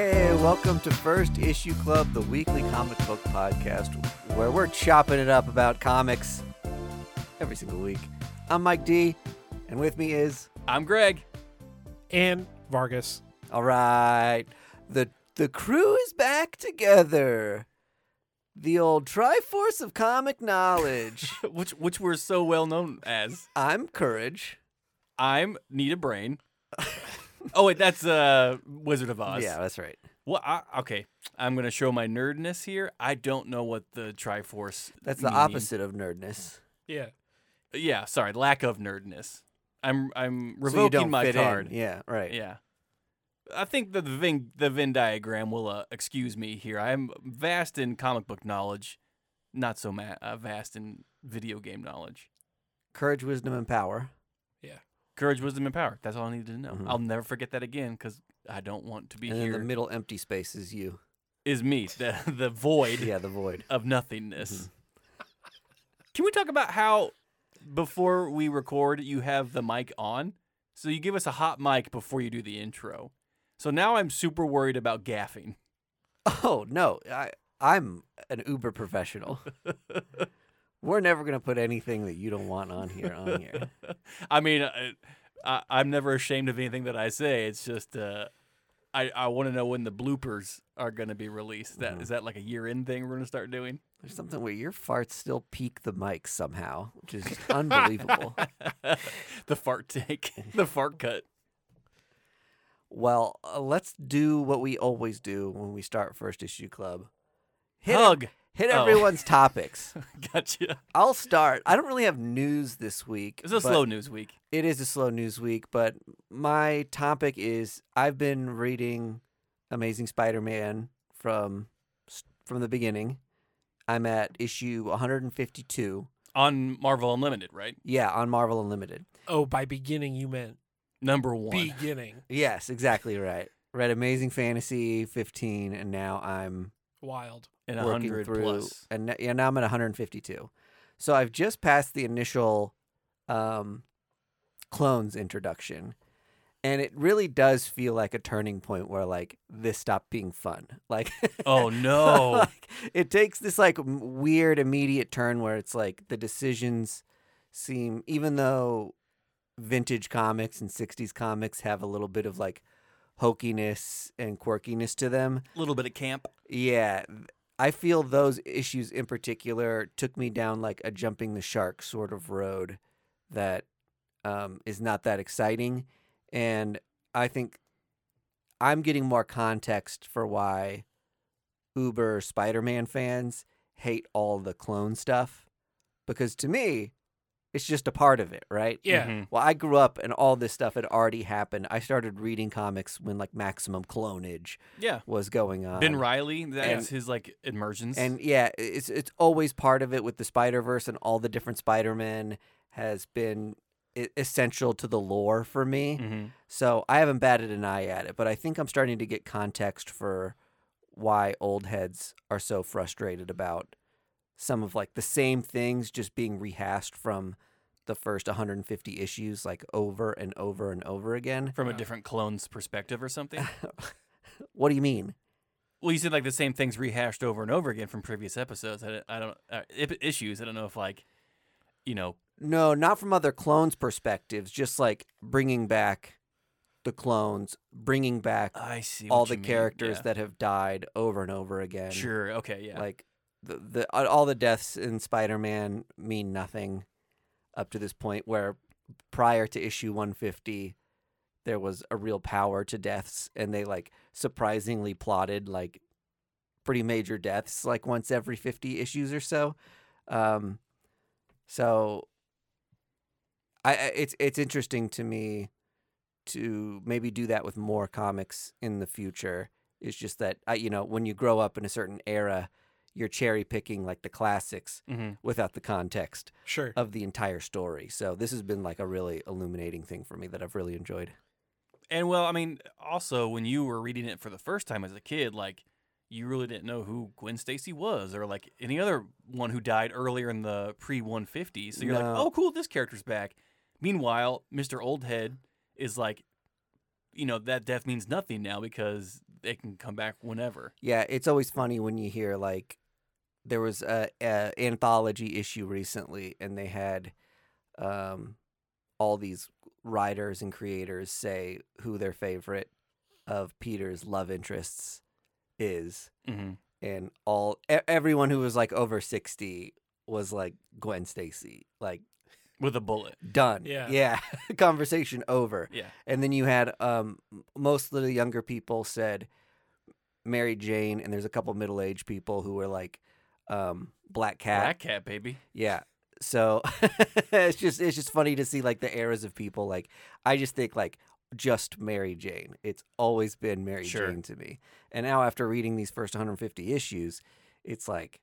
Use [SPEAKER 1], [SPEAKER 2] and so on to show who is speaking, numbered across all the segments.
[SPEAKER 1] Welcome to First Issue Club, the weekly comic book podcast where we're chopping it up about comics every single week. I'm Mike D, and with me is
[SPEAKER 2] I'm Greg.
[SPEAKER 3] and Vargas.
[SPEAKER 1] all right. The the crew is back together. The old Triforce of comic knowledge.
[SPEAKER 2] Which which we're so well known as.
[SPEAKER 1] I'm Courage.
[SPEAKER 2] I'm Need a Brain. oh wait, that's uh Wizard of Oz.
[SPEAKER 1] Yeah, that's right.
[SPEAKER 2] Well, I, okay. I'm gonna show my nerdness here. I don't know what the Triforce.
[SPEAKER 1] That's the
[SPEAKER 2] meaning-
[SPEAKER 1] opposite of nerdness.
[SPEAKER 3] Yeah.
[SPEAKER 2] Yeah, sorry, lack of nerdness. I'm I'm
[SPEAKER 1] So you
[SPEAKER 2] revoking
[SPEAKER 1] don't
[SPEAKER 2] my
[SPEAKER 1] fit in.
[SPEAKER 2] card.
[SPEAKER 1] Yeah, right.
[SPEAKER 2] Yeah. I think that the Venn, the Venn diagram will uh, excuse me here. I'm vast in comic book knowledge, not so ma- uh, vast in video game knowledge.
[SPEAKER 1] Courage, wisdom, and power.
[SPEAKER 2] Courage, wisdom, and power. That's all I needed to know.
[SPEAKER 1] Mhm.
[SPEAKER 2] I'll never forget that again because I don't want to be
[SPEAKER 1] And then
[SPEAKER 2] here.
[SPEAKER 1] the middle empty space is you.
[SPEAKER 2] is me, the, the void
[SPEAKER 1] Yeah, Mm-hmm. the void.
[SPEAKER 2] of nothingness. Can we talk about how before we record, you have the mic on? So you give us a hot mic before you do the intro. So now I'm super worried about gaffing.
[SPEAKER 1] Oh no, I I'm an Uber professional. We're never gonna put anything that you don't want on here on here.
[SPEAKER 2] I mean, I, I, I'm never ashamed of anything that I say. It's just, uh, I, I want to know when the bloopers are going to be released. Is That is
[SPEAKER 1] Mm-hmm.
[SPEAKER 2] that like a year end thing we're going to start doing?
[SPEAKER 1] There's something where your farts still peak the mic somehow, which is just unbelievable.
[SPEAKER 2] the fart take, the fart cut.
[SPEAKER 1] well, uh, let's do what we always do when we start first issue club. Hit ev-
[SPEAKER 2] Hug.
[SPEAKER 1] hit
[SPEAKER 2] Oh.
[SPEAKER 1] everyone's topics.
[SPEAKER 2] Gotcha.
[SPEAKER 1] I'll start. I don't really have news this week.
[SPEAKER 2] It's a
[SPEAKER 1] but-
[SPEAKER 2] slow news week.
[SPEAKER 1] It is a slow news week, but my topic is I've been reading Amazing Spider-Man from from the beginning. I'm at issue 152.
[SPEAKER 2] On Marvel Unlimited, right?
[SPEAKER 1] Yeah, on Marvel Unlimited.
[SPEAKER 3] Oh, by beginning you meant
[SPEAKER 2] Number one.
[SPEAKER 3] beginning.
[SPEAKER 1] Yes, exactly right. Read Amazing Fantasy 15, and now I'm
[SPEAKER 3] Wild.
[SPEAKER 2] and
[SPEAKER 1] working
[SPEAKER 2] 100
[SPEAKER 1] through,
[SPEAKER 2] plus.
[SPEAKER 1] and n- yeah, now I'm at 152. So I've just passed the initial um, clones introduction, and it really does feel like a turning point where like this stopped being fun. Like,
[SPEAKER 2] Oh, no.
[SPEAKER 1] like, it takes this like m- weird immediate turn where it's like the decisions seem, even though vintage comics and 60s comics have a little bit of like hokiness and quirkiness to them
[SPEAKER 2] A little bit of camp.
[SPEAKER 1] yeah, th- I feel those issues in particular took me down like a jumping the shark sort of road that um, is not that exciting. And I think I'm getting more context for why Uber Spider Man fans hate all the clone stuff. Because to me, it's just a part of it, right?
[SPEAKER 3] Yeah.
[SPEAKER 2] Mhm.
[SPEAKER 1] Well, I grew up and all this stuff had already happened. I started reading comics when like maximum clonage
[SPEAKER 2] Yeah.
[SPEAKER 1] was going on.
[SPEAKER 2] Ben Riley, that's his like emergence.
[SPEAKER 1] Um, And yeah, i- it's it's always part of it with the Spider Verse and all the different Spider Men has been e- essential to the lore for me.
[SPEAKER 2] Mhm.
[SPEAKER 1] So I haven't batted an eye at it, but I think I'm starting to get context for why old heads are so frustrated about some of like the same things just being rehashed from the first 150 issues like over and over and over again.
[SPEAKER 2] from a
[SPEAKER 3] Yeah.
[SPEAKER 2] different clone's perspective or something.
[SPEAKER 1] What do you mean?
[SPEAKER 2] well, you said like the same things rehashed over and over again from previous episodes. I don't, I don't uh, i- issues. I don't know if like, you know,
[SPEAKER 1] No, not from other clones' perspectives. Just like bringing back the clones, bringing back
[SPEAKER 2] I see
[SPEAKER 1] all
[SPEAKER 2] what
[SPEAKER 1] the
[SPEAKER 2] you mean.
[SPEAKER 1] characters
[SPEAKER 2] Yeah.
[SPEAKER 1] that have died over and over again.
[SPEAKER 2] Sure. Okay. Yeah.
[SPEAKER 1] Like the, the uh, all- all the deaths in Spider-Man mean nothing up to this point. Where prior to issue 150, there was a real power to deaths, and they like surprisingly plotted like pretty major deaths like once every 50 issues or so. Um, so I I- it's it's interesting to me to maybe do that with more comics in the future. It's just that I, you know when you grow up in a certain era, you're cherry picking like the classics
[SPEAKER 2] hmm
[SPEAKER 1] without the context
[SPEAKER 3] Sure.
[SPEAKER 1] of the entire story. So this has been like a really illuminating thing for me that I've really enjoyed.
[SPEAKER 2] And well, I mean, also when you were reading it for the first time as a kid, like you really didn't know who Gwen Stacy was or like any other one who died earlier in the pre 150s. So you're like,
[SPEAKER 1] No.
[SPEAKER 2] oh, cool, this character's back. Meanwhile, Mr. Oldhead is like, you know, that death means nothing now because they can come back whenever.
[SPEAKER 1] Yeah, it's always funny when you hear like there was a, a anthology issue recently, and they had um, all these writers and creators say who their favorite of Peter's love interests is,
[SPEAKER 2] Mm-hmm.
[SPEAKER 1] and all e- everyone who was like over sixty was like Gwen Stacy, like
[SPEAKER 2] With a bullet.
[SPEAKER 1] done,
[SPEAKER 3] Yeah.
[SPEAKER 1] yeah, conversation over.
[SPEAKER 2] Yeah.
[SPEAKER 1] And then you had um, m- most of the younger people said Mary Jane, and there's a couple middle aged people who were like um, Black Cat.
[SPEAKER 2] Black cat, baby.
[SPEAKER 1] Yeah. So it's just it's just funny to see like the eras of people. Like I just think like just Mary Jane. It's always been Mary
[SPEAKER 2] Sure.
[SPEAKER 1] Jane to me. And now after reading these first 150 issues, it's like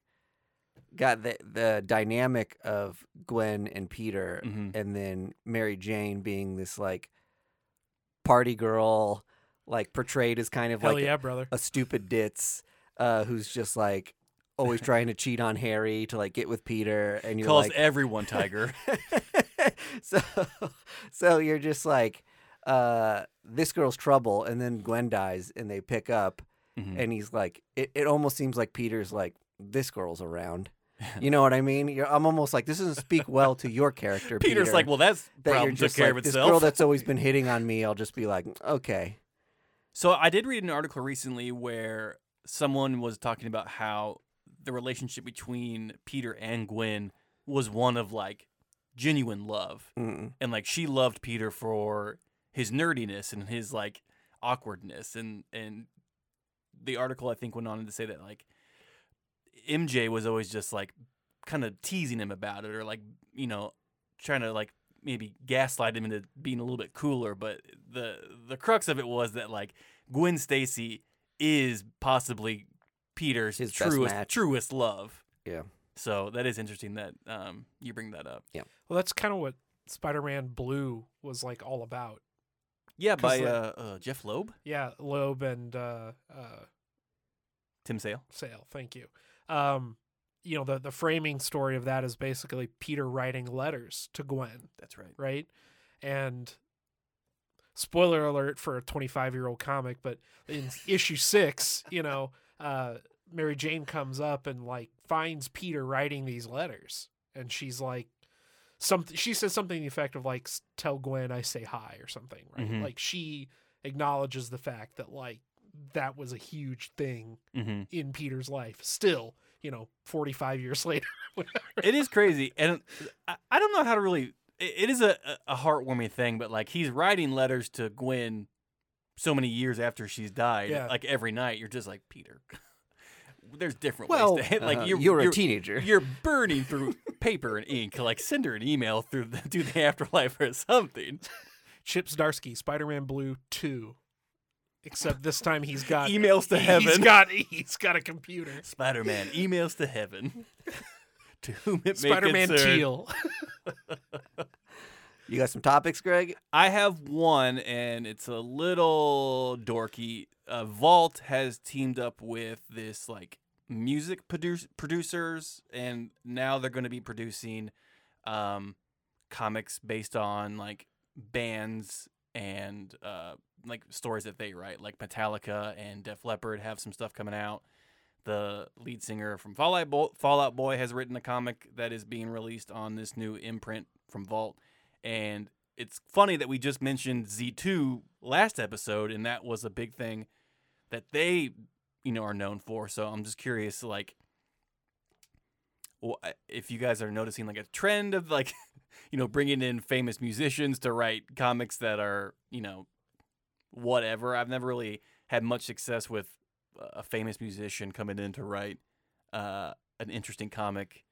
[SPEAKER 1] got the the dynamic of Gwen and Peter
[SPEAKER 2] Mm-hmm.
[SPEAKER 1] and then Mary Jane being this like party girl, like portrayed as kind of
[SPEAKER 3] Hell
[SPEAKER 1] like
[SPEAKER 3] yeah, brother.
[SPEAKER 1] a stupid ditz, uh, who's just like always trying to cheat on Harry to like get with Peter, and you're
[SPEAKER 2] Calls E
[SPEAKER 1] like,
[SPEAKER 2] everyone tiger.
[SPEAKER 1] so, so you're just like, uh, this girl's trouble, and then Gwen dies, and they pick up,
[SPEAKER 2] Mhm.
[SPEAKER 1] and he's like, it, it almost seems like Peter's like, this girl's around. You know what I mean? You're, I'm almost like this doesn't speak well to your character.
[SPEAKER 2] Peter's
[SPEAKER 1] Peter
[SPEAKER 2] like, well, that's
[SPEAKER 1] that
[SPEAKER 2] problem
[SPEAKER 1] you're
[SPEAKER 2] took
[SPEAKER 1] just
[SPEAKER 2] care
[SPEAKER 1] like,
[SPEAKER 2] of
[SPEAKER 1] this
[SPEAKER 2] itself.
[SPEAKER 1] girl that's always been hitting on me. I'll just be like, okay,
[SPEAKER 2] So I did read an article recently where someone was talking about how the relationship between Peter and Gwen was one of like genuine love.
[SPEAKER 1] Mm-mm.
[SPEAKER 2] And like she loved Peter for his nerdiness and his like awkwardness and and the article I think went on to say that like MJ was always just like kind of teasing him about it or like you know trying to like maybe gaslight him into being a little bit cooler but the the crux of it was that like Gwen Stacy is possibly Peter's
[SPEAKER 1] His best
[SPEAKER 2] truest
[SPEAKER 1] match.
[SPEAKER 2] truest love.
[SPEAKER 1] Yeah.
[SPEAKER 2] So that is interesting that um you bring that up.
[SPEAKER 3] Well, that's kind of what Spider-Man Blue was like all about.
[SPEAKER 2] Yeah,
[SPEAKER 3] 'Cause,
[SPEAKER 2] by
[SPEAKER 3] like-
[SPEAKER 2] uh, uh Jeff Loeb,
[SPEAKER 3] Yeah, Loeb and uh, uh,
[SPEAKER 2] Tim Sale.
[SPEAKER 3] Sale. Thank you. Um, you know the the framing story of that is basically Peter writing letters to Gwen,
[SPEAKER 2] That's right.
[SPEAKER 3] right? And spoiler alert for a 25 year old comic, but in issue six, you know, uh, Mary Jane comes up and like finds Peter writing these letters, and she's like, something. She says something to the effect of like, "S- "Tell Gwen I say hi" or something, right?
[SPEAKER 2] Mhm.
[SPEAKER 3] Like she acknowledges the fact that like that was a huge thing
[SPEAKER 2] Mm-hmm.
[SPEAKER 3] in Peter's life. Still, you know, 45 years later.
[SPEAKER 2] it is crazy, and I, I don't know how to really. It, it is a, a heartwarming thing, but like he's writing letters to Gwen so many years after she's died.
[SPEAKER 3] Yeah.
[SPEAKER 2] Like every night, you're just like Peter. There's different
[SPEAKER 3] Well,
[SPEAKER 2] ways. To, like
[SPEAKER 1] Uh,
[SPEAKER 2] you're
[SPEAKER 1] you're a
[SPEAKER 2] you're,
[SPEAKER 1] teenager.
[SPEAKER 2] you're burning through paper and ink. Like send her an email through the, through the afterlife or something.
[SPEAKER 3] Chip Zdarsky, Spider-Man Blue 2. Except this time he's got
[SPEAKER 2] Emails to
[SPEAKER 3] Uh, He's
[SPEAKER 2] heaven.
[SPEAKER 3] got he's got a computer.
[SPEAKER 2] Spider Man emails to heaven. to whom it may
[SPEAKER 3] Spider-Man
[SPEAKER 2] concern.
[SPEAKER 3] Teal.
[SPEAKER 1] You got some topics, Greg?
[SPEAKER 2] I have one, and it's a little dorky. Uh, Vault has teamed up with this like music produce- producers, and now they're going to be producing um, comics based on like bands and uh, like stories that they write. Like Metallica and Def Leppard have some stuff coming out. The lead singer from Fallout Boy, Fallout Boy has written a comic that is being released on this new imprint from Vault, and it's funny that we just mentioned Z2 last episode, and that was a big thing that they, you know, are known for. So I'm just curious, like, wh- if you guys are noticing like a trend of like, you know, bringing in famous musicians to write comics that are, you know, whatever. I've never really had much success with a famous musician coming in to write uh, an interesting comic.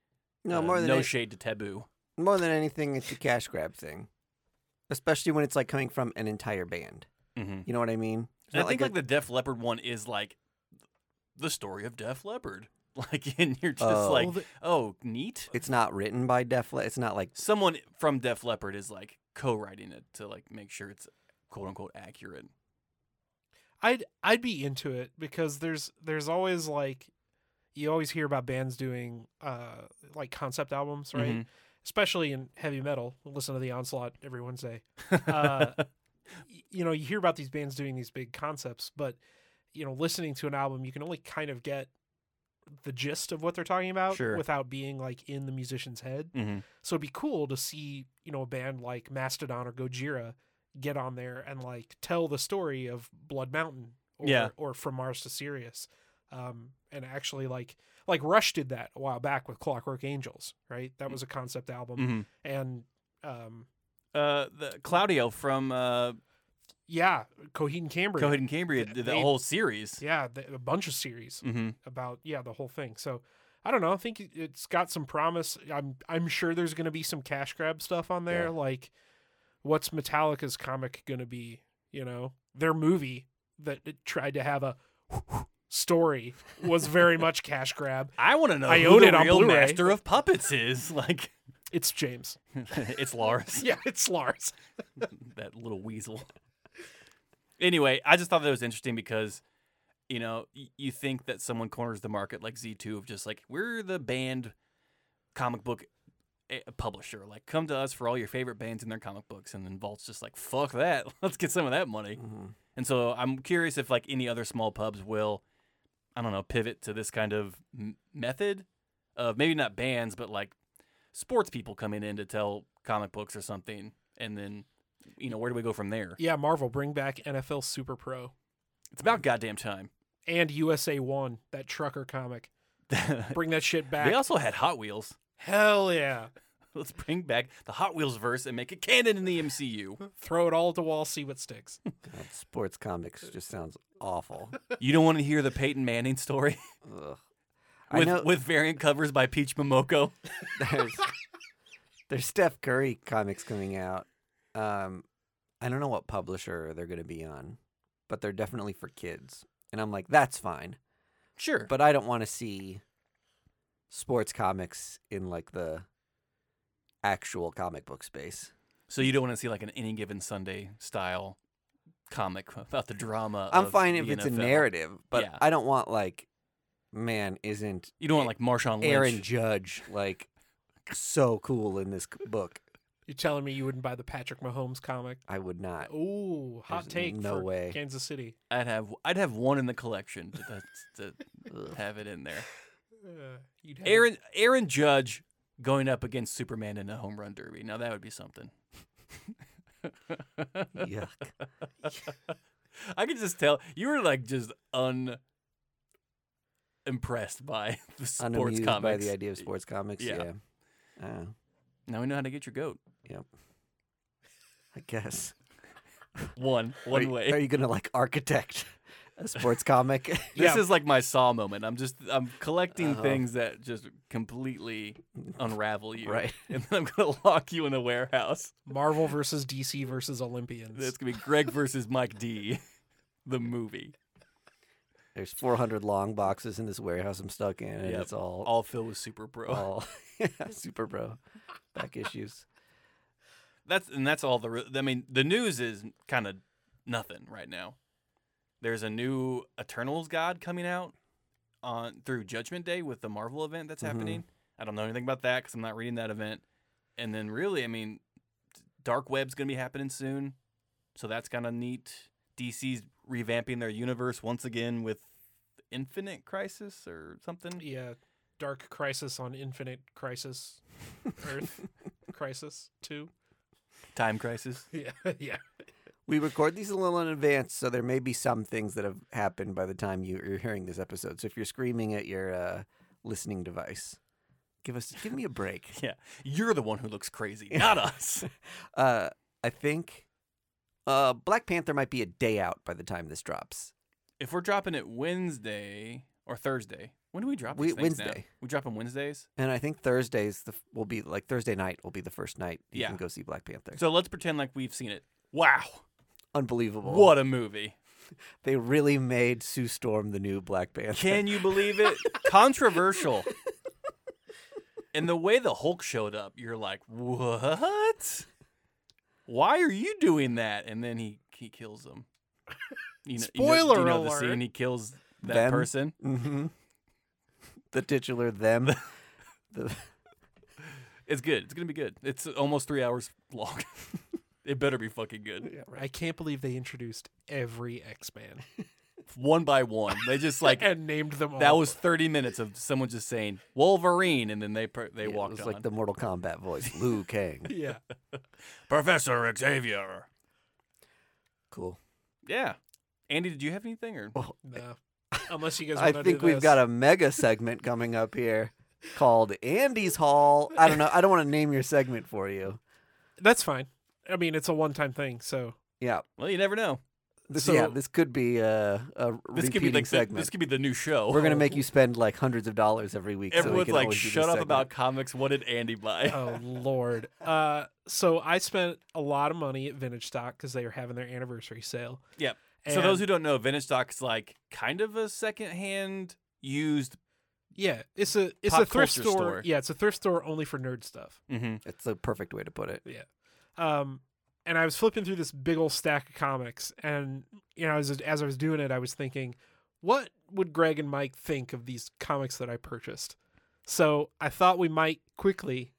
[SPEAKER 1] No,
[SPEAKER 2] Uh,
[SPEAKER 1] more than
[SPEAKER 2] no
[SPEAKER 1] any-
[SPEAKER 2] shade to taboo.
[SPEAKER 1] more than anything, it's a cash grab thing, especially when it's like coming from an entire band.
[SPEAKER 2] Mm-hmm.
[SPEAKER 1] You know what I mean? It's
[SPEAKER 2] And I
[SPEAKER 1] not
[SPEAKER 2] think like,
[SPEAKER 1] a-
[SPEAKER 2] the Def Leopard one is like the story of Def Leopard. Like, and you're just
[SPEAKER 1] Oh.
[SPEAKER 2] like,
[SPEAKER 3] Well, the-
[SPEAKER 2] oh, neat.
[SPEAKER 1] it's not written by Def Leppard. It's not like
[SPEAKER 2] Someone from Def Leopard is like co-writing it to like make sure it's quote unquote accurate.
[SPEAKER 3] I'd I'd be into it because there's there's always like you always hear about bands doing uh like concept albums, right?
[SPEAKER 2] Mhm.
[SPEAKER 3] Especially in heavy metal. Listen to the Onslaught every
[SPEAKER 2] Mm-hmm.
[SPEAKER 3] Wednesday. Uh, y- you know, you hear about these bands doing these big concepts, but you know, listening to an album, you can only kind of get the gist of what they're talking about
[SPEAKER 2] Sure.
[SPEAKER 3] without being like in the musician's head.
[SPEAKER 2] Mm-hmm.
[SPEAKER 3] So it'd be cool to see, you know, a band like Mastodon or Gojira get on there and like tell the story of Blood Mountain or
[SPEAKER 2] Yeah.
[SPEAKER 3] or From Mars to Sirius. Um and actually like like Rush did that a while back with Clockwork Angels, right?
[SPEAKER 2] Mm.
[SPEAKER 3] That was a concept album.
[SPEAKER 2] hmm
[SPEAKER 3] And um
[SPEAKER 2] Uh, the Claudio from uh,
[SPEAKER 3] yeah, Coheed and Cambria.
[SPEAKER 2] Coheed and Cambria
[SPEAKER 3] Th-
[SPEAKER 2] did the
[SPEAKER 3] they-
[SPEAKER 2] whole series.
[SPEAKER 3] Yeah, th a bunch of series
[SPEAKER 2] Mm-hmm.
[SPEAKER 3] about yeah, the whole thing. So I don't know. I think it- it's got some promise. I'm I'm sure there's going to be some cash grab stuff on there.
[SPEAKER 1] Yeah.
[SPEAKER 3] Like, what's Metallica's comic going to be? You know, their movie that it tried to have a story was very much cash grab.
[SPEAKER 2] I want to know
[SPEAKER 3] I
[SPEAKER 2] who
[SPEAKER 3] own
[SPEAKER 2] the
[SPEAKER 3] it on
[SPEAKER 2] real
[SPEAKER 3] Blu-ray.
[SPEAKER 2] master of puppets is. Like,
[SPEAKER 3] It's James.
[SPEAKER 2] it's Lars,
[SPEAKER 3] Yeah, it's Lars.
[SPEAKER 2] that little weasel. Anyway, I just thought that was interesting because, you know, y- you think that someone corners the market like Z2 of just like we're the band comic book eh, publisher. Like, come to us for all your favorite bands and their comic books, and then Vault's just like, fuck that, let's get some of that money.
[SPEAKER 1] Mhm.
[SPEAKER 2] And so I'm curious if like any other small pubs will, I don't know, pivot to this kind of m- method of maybe not bands, but like sports people coming in to tell comic books or something, and then you know where do we go from there?
[SPEAKER 3] Yeah, Marvel bring back NFL Super Pro
[SPEAKER 2] It's about goddamn time.
[SPEAKER 3] and USA One that trucker comic.
[SPEAKER 2] they
[SPEAKER 3] Bring that shit back.
[SPEAKER 2] also had Hot Wheels.
[SPEAKER 3] Hell yeah.
[SPEAKER 2] Let's bring back the Hot Wheels verse and make it canon in the MCU.
[SPEAKER 3] Throw it all at the wall, see what sticks.
[SPEAKER 1] God, sports comics just sounds awful.
[SPEAKER 2] you don't want to hear the Peyton Manning story
[SPEAKER 1] Ugh. I
[SPEAKER 2] with
[SPEAKER 1] know
[SPEAKER 2] with variant covers by Peach Momoko.
[SPEAKER 1] there's there's Steph Curry comics coming out. Um, I don't know what publisher they're going to be on, but they're definitely for kids. And I'm like, that's fine,
[SPEAKER 2] Sure,
[SPEAKER 1] but I don't want to see sports comics in like the actual comic book space.
[SPEAKER 2] So you don't want to see like an any given Sunday style comic about the drama.
[SPEAKER 1] I'm
[SPEAKER 2] of
[SPEAKER 1] fine
[SPEAKER 2] the
[SPEAKER 1] if it's a
[SPEAKER 2] NFL.
[SPEAKER 1] narrative, but
[SPEAKER 2] Yeah.
[SPEAKER 1] I don't want like, man, isn't
[SPEAKER 2] You don't want like Marshawn Lynch.
[SPEAKER 1] Aaron Judge like so cool in this c- book?
[SPEAKER 3] You're telling me you wouldn't buy the Patrick Mahomes comic?
[SPEAKER 1] I would not.
[SPEAKER 3] Ooh, hot
[SPEAKER 1] There's
[SPEAKER 3] take
[SPEAKER 1] no
[SPEAKER 3] for
[SPEAKER 1] way.
[SPEAKER 3] Kansas City.
[SPEAKER 2] I'd have I'd have one in the collection to, to, to have it in there.
[SPEAKER 3] Uh, you'd have
[SPEAKER 2] Aaron Aaron Judge going up against Superman in a home run derby. Now that would be something.
[SPEAKER 1] Yuck.
[SPEAKER 2] I could just tell you were like just un impressed by the sports
[SPEAKER 1] Unamused
[SPEAKER 2] comics.
[SPEAKER 1] by the idea of sports comics.
[SPEAKER 2] Yeah.
[SPEAKER 1] Yeah. Uh,
[SPEAKER 2] Now we know how to get your goat.
[SPEAKER 1] I guess.
[SPEAKER 2] One one
[SPEAKER 1] are, you-
[SPEAKER 2] way.
[SPEAKER 1] Are you going to like architect a sports comic?
[SPEAKER 2] This
[SPEAKER 3] Yeah.
[SPEAKER 2] is like my saw moment. I'm just I'm collecting
[SPEAKER 1] Oh.
[SPEAKER 2] things that just completely unravel you.
[SPEAKER 1] Right.
[SPEAKER 2] And then I'm gonna lock you in a warehouse.
[SPEAKER 3] Marvel versus DC versus Olympians.
[SPEAKER 2] It's gonna be Greg versus Mike D, the movie.
[SPEAKER 1] There's 400 long boxes in this warehouse I'm stuck in, and
[SPEAKER 2] Yep.
[SPEAKER 1] it's all,
[SPEAKER 2] All filled with super bro.
[SPEAKER 1] all super bro back issues.
[SPEAKER 2] That's and that's all the. re- I mean, the news is kind of nothing right now. There's a new Eternals God coming out on through Judgment Day with the Marvel event that's
[SPEAKER 1] Mhm.
[SPEAKER 2] happening. I don't know anything about that because I'm not reading that event. And then really, I mean, Dark Web's gonna be happening soon, so that's kind of neat. DC's revamping their universe once again with Infinite Crisis or something.
[SPEAKER 3] yeah, Dark Crisis on Infinite Crisis, Earth Crisis Two.
[SPEAKER 2] Time Crisis.
[SPEAKER 3] Yeah, yeah.
[SPEAKER 1] We record these a little in advance, so there may be some things that have happened by the time you, you're hearing this episode. So if you're screaming at your uh, listening device, give us give me a break.
[SPEAKER 2] Yeah, you're the one who looks crazy, not us.
[SPEAKER 1] Uh, I think uh, Black Panther might be a day out by the time this drops.
[SPEAKER 2] if we're dropping it Wednesday or Thursday, when do we drop
[SPEAKER 1] We-
[SPEAKER 2] these things now?
[SPEAKER 1] Wednesday.
[SPEAKER 2] We drop them Wednesdays.
[SPEAKER 1] And I think Thursdays the, f- will be like Thursday night will be the first night you
[SPEAKER 2] Yeah.
[SPEAKER 1] can go see Black Panther.
[SPEAKER 2] So let's pretend like we've seen it. Wow,
[SPEAKER 1] Unbelievable.
[SPEAKER 2] what a movie!
[SPEAKER 1] They really made Sue Storm the new Black Panther.
[SPEAKER 2] Can you believe it? Controversial. And the way the Hulk showed up, you're like, what? Why are you doing that? And then he he kills him. You know, you know-
[SPEAKER 3] Spoiler
[SPEAKER 2] you know the
[SPEAKER 3] alert.
[SPEAKER 2] scene. He kills that
[SPEAKER 1] Them?
[SPEAKER 2] person.
[SPEAKER 1] hmm The titular them. the,
[SPEAKER 2] It's good. It's gonna be good. It's almost three hours long. it better be fucking good.
[SPEAKER 3] I can't believe they introduced every X Man.
[SPEAKER 2] one by one. They just like
[SPEAKER 3] and named them all.
[SPEAKER 2] that was 30 minutes of someone just saying Wolverine, and then they per- they
[SPEAKER 1] Yeah,
[SPEAKER 2] walked
[SPEAKER 1] it was
[SPEAKER 2] on.
[SPEAKER 1] like the Mortal Kombat voice, Liu Kang.
[SPEAKER 3] yeah.
[SPEAKER 2] Professor Xavier.
[SPEAKER 1] Cool.
[SPEAKER 2] Yeah. Andy, did you have anything or?
[SPEAKER 3] No. Unless you guys.
[SPEAKER 1] I
[SPEAKER 3] wanna do
[SPEAKER 1] think we've
[SPEAKER 3] this.
[SPEAKER 1] got a mega segment coming up here called Andy's Hall. I don't know. I don't want to name your segment for you.
[SPEAKER 3] That's fine. I mean, it's a one-time thing, so
[SPEAKER 1] Yeah.
[SPEAKER 2] Well, you never know.
[SPEAKER 1] This,
[SPEAKER 3] So-
[SPEAKER 1] yeah, this could be a, a
[SPEAKER 2] This
[SPEAKER 1] repeating
[SPEAKER 2] could be like the,
[SPEAKER 1] segment.
[SPEAKER 2] this could be the new show.
[SPEAKER 1] We're gonna make you spend like hundreds of dollars every week. so we
[SPEAKER 2] Everyone's
[SPEAKER 1] can
[SPEAKER 2] like,
[SPEAKER 1] always do this
[SPEAKER 2] shut up
[SPEAKER 1] segment."
[SPEAKER 2] about comics. What did Andy buy?
[SPEAKER 3] oh lord. Uh, so I spent a lot of money at Vintage Stock because they were having their anniversary sale.
[SPEAKER 2] Yep. so those
[SPEAKER 3] And-
[SPEAKER 2] who don't know, vintage stock is like kind of a secondhand used.
[SPEAKER 3] yeah, it's a it's
[SPEAKER 2] Pop
[SPEAKER 3] a thrift
[SPEAKER 2] culture
[SPEAKER 3] store.
[SPEAKER 2] store.
[SPEAKER 3] Yeah, it's a thrift store only for nerd stuff.
[SPEAKER 2] Mm-hmm.
[SPEAKER 1] It's a perfect way to put it.
[SPEAKER 3] um, and I was flipping through this big old stack of comics, and you know, as as I was doing it, I was thinking, what would Greg and Mike think of these comics that I purchased? So I thought we might quickly,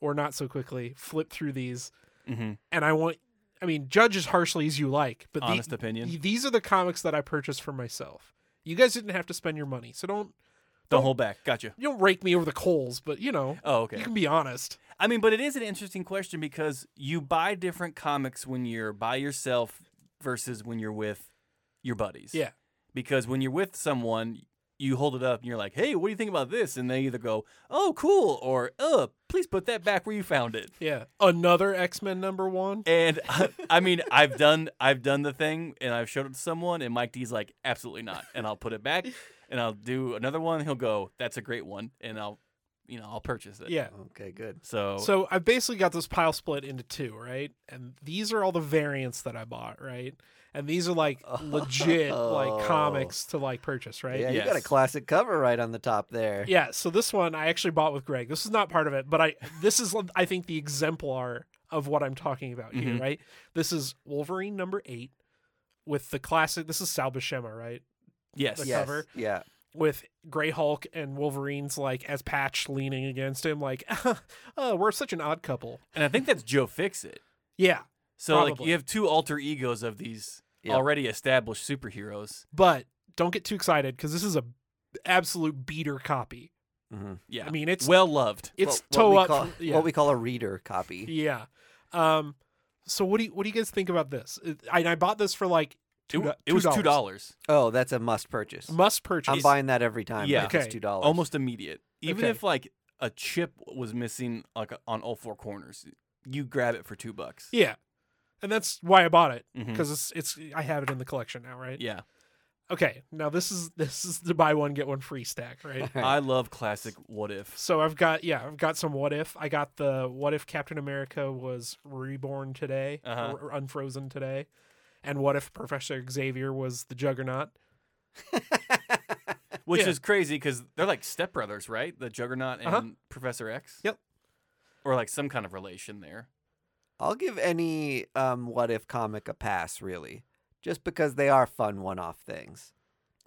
[SPEAKER 3] or not so quickly, flip through these,
[SPEAKER 2] Mm-hmm.
[SPEAKER 3] and I want. I mean, judge as harshly as you like, but the-
[SPEAKER 2] Honest opinion.
[SPEAKER 3] these are the comics that I purchased for myself. You guys didn't have to spend your money, so don't
[SPEAKER 2] don't hold back. Gotcha.
[SPEAKER 3] you don't rake me over the coals. But you know,
[SPEAKER 2] Oh, okay.
[SPEAKER 3] you can be honest.
[SPEAKER 2] I mean, but it is an interesting question because you buy different comics when you're by yourself versus when you're with your buddies.
[SPEAKER 3] Yeah.
[SPEAKER 2] Because when you're with someone, you hold it up and you're like, "Hey, what do you think about this?" And they either go, "Oh, cool," or "Uh, please put that back where you found it."
[SPEAKER 3] Yeah, another X Men number one.
[SPEAKER 2] And I, I mean, I've done I've done the thing, and I've showed it to someone, and Mike D's like, "Absolutely not," and I'll put it back, and I'll do another one. He'll go, "That's a great one," and I'll, you know, I'll purchase it.
[SPEAKER 3] Yeah,
[SPEAKER 1] Okay, good.
[SPEAKER 2] So,
[SPEAKER 3] So I've basically got this pile split into two, right? And these are all the variants that I bought, right? And these are like legit
[SPEAKER 1] Oh.
[SPEAKER 3] like comics to like purchase, right?
[SPEAKER 1] Yeah, you
[SPEAKER 3] Yeah.
[SPEAKER 1] got a
[SPEAKER 2] Yes.
[SPEAKER 1] classic cover right on the top there.
[SPEAKER 3] so this one I actually bought with Greg. This is not part of it, but I this is I think the exemplar of what I'm talking about here,
[SPEAKER 1] Mm-hmm.
[SPEAKER 2] Mhm.
[SPEAKER 3] right? This is Wolverine number 8 with the classic this is Salbashema, right?
[SPEAKER 2] yes,
[SPEAKER 3] the
[SPEAKER 1] Yes,
[SPEAKER 3] cover.
[SPEAKER 1] Yeah.
[SPEAKER 3] With Grey Hulk and Wolverine's like as Patch leaning against him like, "Oh, we're such an odd couple."
[SPEAKER 2] and I think that's Joe Fix It.
[SPEAKER 3] Yeah.
[SPEAKER 2] So like
[SPEAKER 3] Probably.
[SPEAKER 2] you have two alter egos of these
[SPEAKER 1] Yep.
[SPEAKER 2] already established superheroes.
[SPEAKER 3] but don't get too excited because this is a absolute beater copy.
[SPEAKER 1] hmm
[SPEAKER 2] Yeah.
[SPEAKER 3] I mean, it's
[SPEAKER 2] well loved.
[SPEAKER 3] it's
[SPEAKER 1] what,
[SPEAKER 3] toe
[SPEAKER 1] we
[SPEAKER 3] up.
[SPEAKER 1] Call,
[SPEAKER 3] from- yeah,
[SPEAKER 1] What we call a reader copy.
[SPEAKER 3] yeah. Um, so what do you what do you guys think about this? It- I, I bought this for like
[SPEAKER 2] It,
[SPEAKER 3] two, do-
[SPEAKER 2] it was two dollars.
[SPEAKER 1] Oh, that's a must purchase.
[SPEAKER 3] Must purchase.
[SPEAKER 1] I'm buying that every time.
[SPEAKER 2] Yeah.
[SPEAKER 1] like, it's
[SPEAKER 3] Okay.
[SPEAKER 1] two dollars.
[SPEAKER 2] Almost immediate. Even
[SPEAKER 3] Okay.
[SPEAKER 2] if like a chip was missing like on all four corners, you grab it for two bucks.
[SPEAKER 3] Yeah, and that's why I bought it
[SPEAKER 1] Hmm.
[SPEAKER 2] Mhm.
[SPEAKER 3] because it's it's I have it in the collection now, right?
[SPEAKER 2] Yeah.
[SPEAKER 3] Okay, now this is this is the buy one get one free stack, right?
[SPEAKER 1] All right.
[SPEAKER 2] I love classic what ifs.
[SPEAKER 3] So I've got yeah, I've got some what if. I got the what if Captain America was reborn today
[SPEAKER 2] Uh-huh.
[SPEAKER 3] or, or unfrozen today. And what if Professor Xavier was the juggernaut?
[SPEAKER 2] Which
[SPEAKER 3] Yeah.
[SPEAKER 2] is crazy because they're like stepbrothers, right? The Juggernaut and
[SPEAKER 3] Uh-huh.
[SPEAKER 2] Professor X.
[SPEAKER 3] Yep.
[SPEAKER 2] Or like some kind of relation there.
[SPEAKER 1] I'll give any um, what if comic a pass, really, just because they are fun one off things.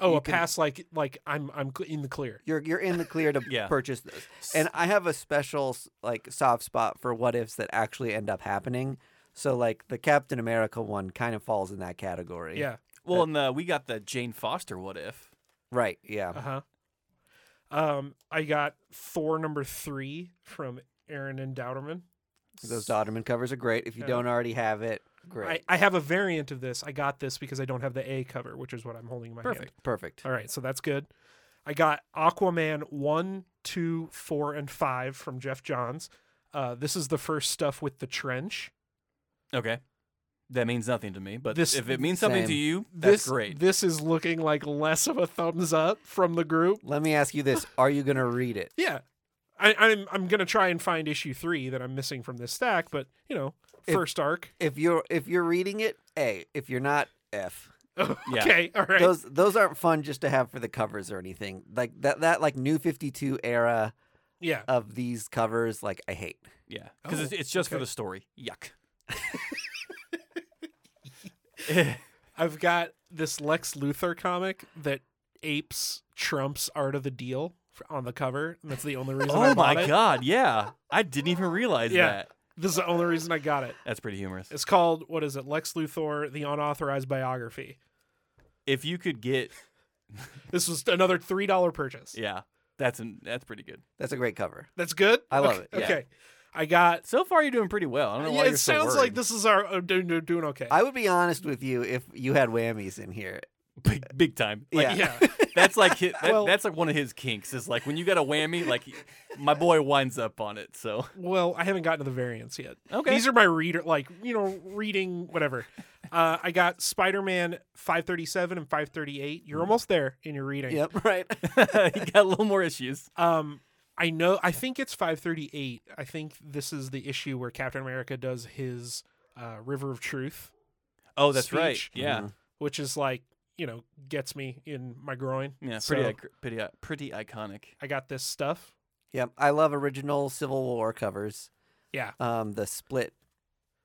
[SPEAKER 3] Oh,
[SPEAKER 1] You
[SPEAKER 3] a
[SPEAKER 1] can-
[SPEAKER 3] pass like like I'm I'm cl- in the clear.
[SPEAKER 1] You're you're in the clear to
[SPEAKER 2] Yeah.
[SPEAKER 1] purchase those. And I have a special s- like soft spot for what ifs that actually end up happening. So like the Captain America one kind of falls in that category.
[SPEAKER 3] Yeah.
[SPEAKER 2] well, and uh, we got the Jane Foster what if.
[SPEAKER 1] Right. Yeah.
[SPEAKER 3] Uh-huh. Um I got Thor number 3 from Aaron and Dowderman.
[SPEAKER 1] Those Dodderman covers are great. If you
[SPEAKER 3] Yeah.
[SPEAKER 1] don't already have it, great.
[SPEAKER 3] I, I have a variant of this. I got this because I don't have the A cover, which is what I'm holding in my hand.
[SPEAKER 2] Perfect.
[SPEAKER 1] Perfect.
[SPEAKER 3] All right, so that's good. I got Aquaman one, two, four, and five from Jeff Johns. Uh, this is the first stuff with the trench.
[SPEAKER 2] Okay. That means nothing to me, but
[SPEAKER 3] This-
[SPEAKER 2] if it means something to
[SPEAKER 1] Same.
[SPEAKER 2] you, that's
[SPEAKER 3] this,
[SPEAKER 2] great.
[SPEAKER 3] This is looking like less of a thumbs up from the group.
[SPEAKER 1] Let me ask you this: Are you gonna read it?
[SPEAKER 3] Yeah, I, I'm I'm gonna try and find issue three that I'm missing from this stack, but you know,
[SPEAKER 1] If-
[SPEAKER 3] first arc.
[SPEAKER 1] If you're if you're reading it, a. If you're not, f.
[SPEAKER 3] okay, all right.
[SPEAKER 1] Those those aren't fun just to have for the covers or anything. Like that that like new Fifty Two era
[SPEAKER 3] yeah,
[SPEAKER 1] of these covers, like I hate.
[SPEAKER 2] Yeah, because it's,
[SPEAKER 3] Oh,
[SPEAKER 2] it's just for
[SPEAKER 3] okay.
[SPEAKER 2] the story. Yuck.
[SPEAKER 3] I've got this Lex Luthor comic that apes Trump's Art of the Deal for- on the cover. And that's the only reason. I
[SPEAKER 2] oh
[SPEAKER 3] bought
[SPEAKER 2] my
[SPEAKER 3] it.
[SPEAKER 2] god! Yeah, I didn't even realize
[SPEAKER 3] Yeah.
[SPEAKER 2] that.
[SPEAKER 3] This is the only reason I got it.
[SPEAKER 2] That's pretty humorous.
[SPEAKER 3] It's called what is it? Lex Luthor: The Unauthorized Biography.
[SPEAKER 2] if you could get
[SPEAKER 3] This was another three dollar purchase.
[SPEAKER 2] yeah, that's an, that's pretty good.
[SPEAKER 1] That's a great cover.
[SPEAKER 3] That's good.
[SPEAKER 1] I love
[SPEAKER 3] okay.
[SPEAKER 1] it, yeah.
[SPEAKER 3] Okay, I got.
[SPEAKER 2] So far, you're doing pretty well. I don't know why
[SPEAKER 3] Yeah,
[SPEAKER 2] you're
[SPEAKER 3] it
[SPEAKER 2] so
[SPEAKER 3] sounds
[SPEAKER 2] worried.
[SPEAKER 3] like this is our oh, doing doing okay.
[SPEAKER 1] I would be honest with you if you had whammies in here.
[SPEAKER 2] big, big time. Like,
[SPEAKER 1] Yeah.
[SPEAKER 3] yeah.
[SPEAKER 2] That's like his, that,
[SPEAKER 3] Well-
[SPEAKER 2] that's like one of his kinks. Is like when you got a whammy, like he- my boy winds up on it. So
[SPEAKER 3] Well, I haven't gotten to the variants yet.
[SPEAKER 2] Okay.
[SPEAKER 3] These are my reader, like, you know, reading, whatever. Uh, I got Spider Man 537 and 538.
[SPEAKER 2] Mm.
[SPEAKER 3] You're almost there in your reading.
[SPEAKER 1] Yep, right.
[SPEAKER 2] he got a little more issues.
[SPEAKER 3] Um, I know, I think it's 538. I think this is the issue where Captain America does his uh, River of Truth,
[SPEAKER 2] Oh, that's right.
[SPEAKER 3] Speech.
[SPEAKER 2] Yeah,
[SPEAKER 1] Mhm.
[SPEAKER 3] which is like, you know, gets me in my groin.
[SPEAKER 2] yeah,
[SPEAKER 3] Mm-hmm. So,
[SPEAKER 2] pretty, ic- pretty, uh, pretty iconic.
[SPEAKER 3] I got this stuff.
[SPEAKER 1] Yep. I love original Civil War covers.
[SPEAKER 3] Yeah.
[SPEAKER 1] Um, the split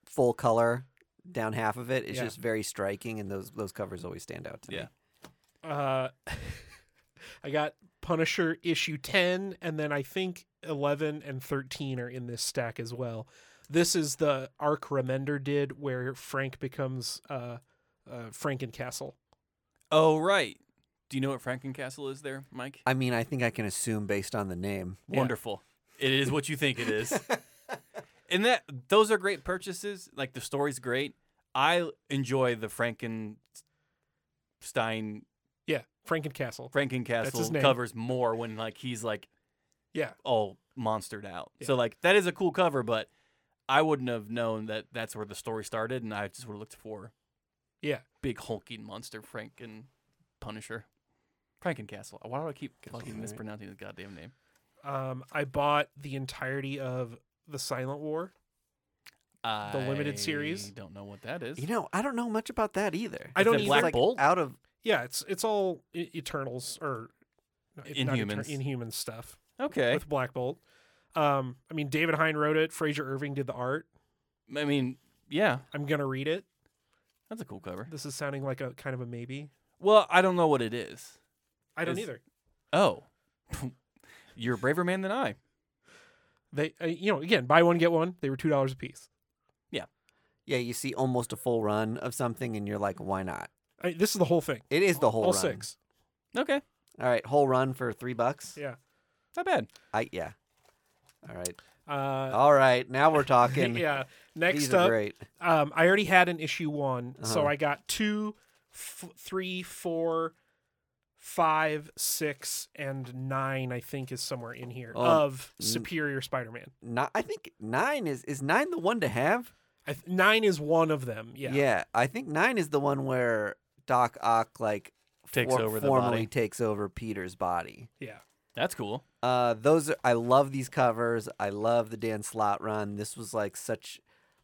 [SPEAKER 1] full color down half of it is
[SPEAKER 3] Yeah.
[SPEAKER 1] just very striking and those those covers always stand out to
[SPEAKER 2] Yeah.
[SPEAKER 1] me.
[SPEAKER 3] Uh, I got Punisher issue 10, and then I think 11 and 13 are in this stack as well. This is the arc Remender did where Frank becomes uh, uh, Frankencastle.
[SPEAKER 2] Oh, right. Do you know what Frankencastle is there, Mike?
[SPEAKER 1] I mean, I think I can assume based on the name.
[SPEAKER 3] Yeah.
[SPEAKER 2] Wonderful. It is what you think it is. and that those are great purchases. Like the story's great. I enjoy the Frankenstein
[SPEAKER 3] Yeah, Frankencastle. his
[SPEAKER 2] Frankencastle
[SPEAKER 3] name.
[SPEAKER 2] covers more when like he's like
[SPEAKER 3] Yeah.
[SPEAKER 2] all monstered out.
[SPEAKER 3] Yeah.
[SPEAKER 2] So like that is a cool cover, but I wouldn't have known that that's where the story started, and I just would have looked for
[SPEAKER 3] Yeah.
[SPEAKER 2] big hulking monster Franken Punisher. Frankencastle. Why do I keep fucking
[SPEAKER 1] point.
[SPEAKER 2] mispronouncing his goddamn name?
[SPEAKER 3] Um, I bought the entirety of The Silent War.
[SPEAKER 2] The
[SPEAKER 3] limited series?
[SPEAKER 2] Don't know what that is.
[SPEAKER 1] You know, I don't know much about that either.
[SPEAKER 3] I
[SPEAKER 2] Is
[SPEAKER 3] don't
[SPEAKER 2] that
[SPEAKER 3] either.
[SPEAKER 2] Black
[SPEAKER 1] like
[SPEAKER 2] Bolt?
[SPEAKER 1] out of
[SPEAKER 3] Yeah, it's it's all I- Eternals or not Eter-
[SPEAKER 2] Inhumans.
[SPEAKER 3] Inhuman stuff
[SPEAKER 2] okay.
[SPEAKER 3] with Black Bolt. Um, I mean, David Hine wrote it. Fraser Irving did the art.
[SPEAKER 2] I mean, yeah,
[SPEAKER 3] I'm gonna read it.
[SPEAKER 2] that's a cool cover.
[SPEAKER 3] This is sounding like a kind of a maybe.
[SPEAKER 2] Well, I don't know what it is.
[SPEAKER 3] I don't
[SPEAKER 2] Is-
[SPEAKER 3] either.
[SPEAKER 2] Oh, you're a braver man than I.
[SPEAKER 3] They, uh, you know, again, buy one get one. They were two dollars a piece.
[SPEAKER 1] yeah, you see almost a full run of something and you're like, why not?
[SPEAKER 3] I, this is the whole thing.
[SPEAKER 1] It is the whole
[SPEAKER 3] all
[SPEAKER 1] run.
[SPEAKER 3] six.
[SPEAKER 2] Okay,
[SPEAKER 1] All right, whole run for three bucks.
[SPEAKER 3] Yeah.
[SPEAKER 2] not bad.
[SPEAKER 1] I yeah. All right.
[SPEAKER 3] Uh,
[SPEAKER 1] All right. Now we're talking.
[SPEAKER 3] yeah.
[SPEAKER 1] These
[SPEAKER 3] Next
[SPEAKER 1] are
[SPEAKER 3] up,
[SPEAKER 1] great.
[SPEAKER 3] um, I already had an issue one, so
[SPEAKER 1] Uh-huh.
[SPEAKER 3] I got two, f- three, four, five, six, and nine. I think is somewhere in here
[SPEAKER 1] Oh,
[SPEAKER 3] of
[SPEAKER 1] n-
[SPEAKER 3] Superior Spider-Man.
[SPEAKER 1] Not, I think nine is is nine the one to have.
[SPEAKER 3] I th- nine is one of them. Yeah.
[SPEAKER 1] I think nine is the one where Doc Ock like
[SPEAKER 2] Takes
[SPEAKER 1] for-
[SPEAKER 2] over the
[SPEAKER 1] formally
[SPEAKER 2] body.
[SPEAKER 1] takes over Peter's body.
[SPEAKER 3] Yeah.
[SPEAKER 2] That's cool.
[SPEAKER 1] Uh, those are, I love these covers. I love the Dan Slot run. This was like such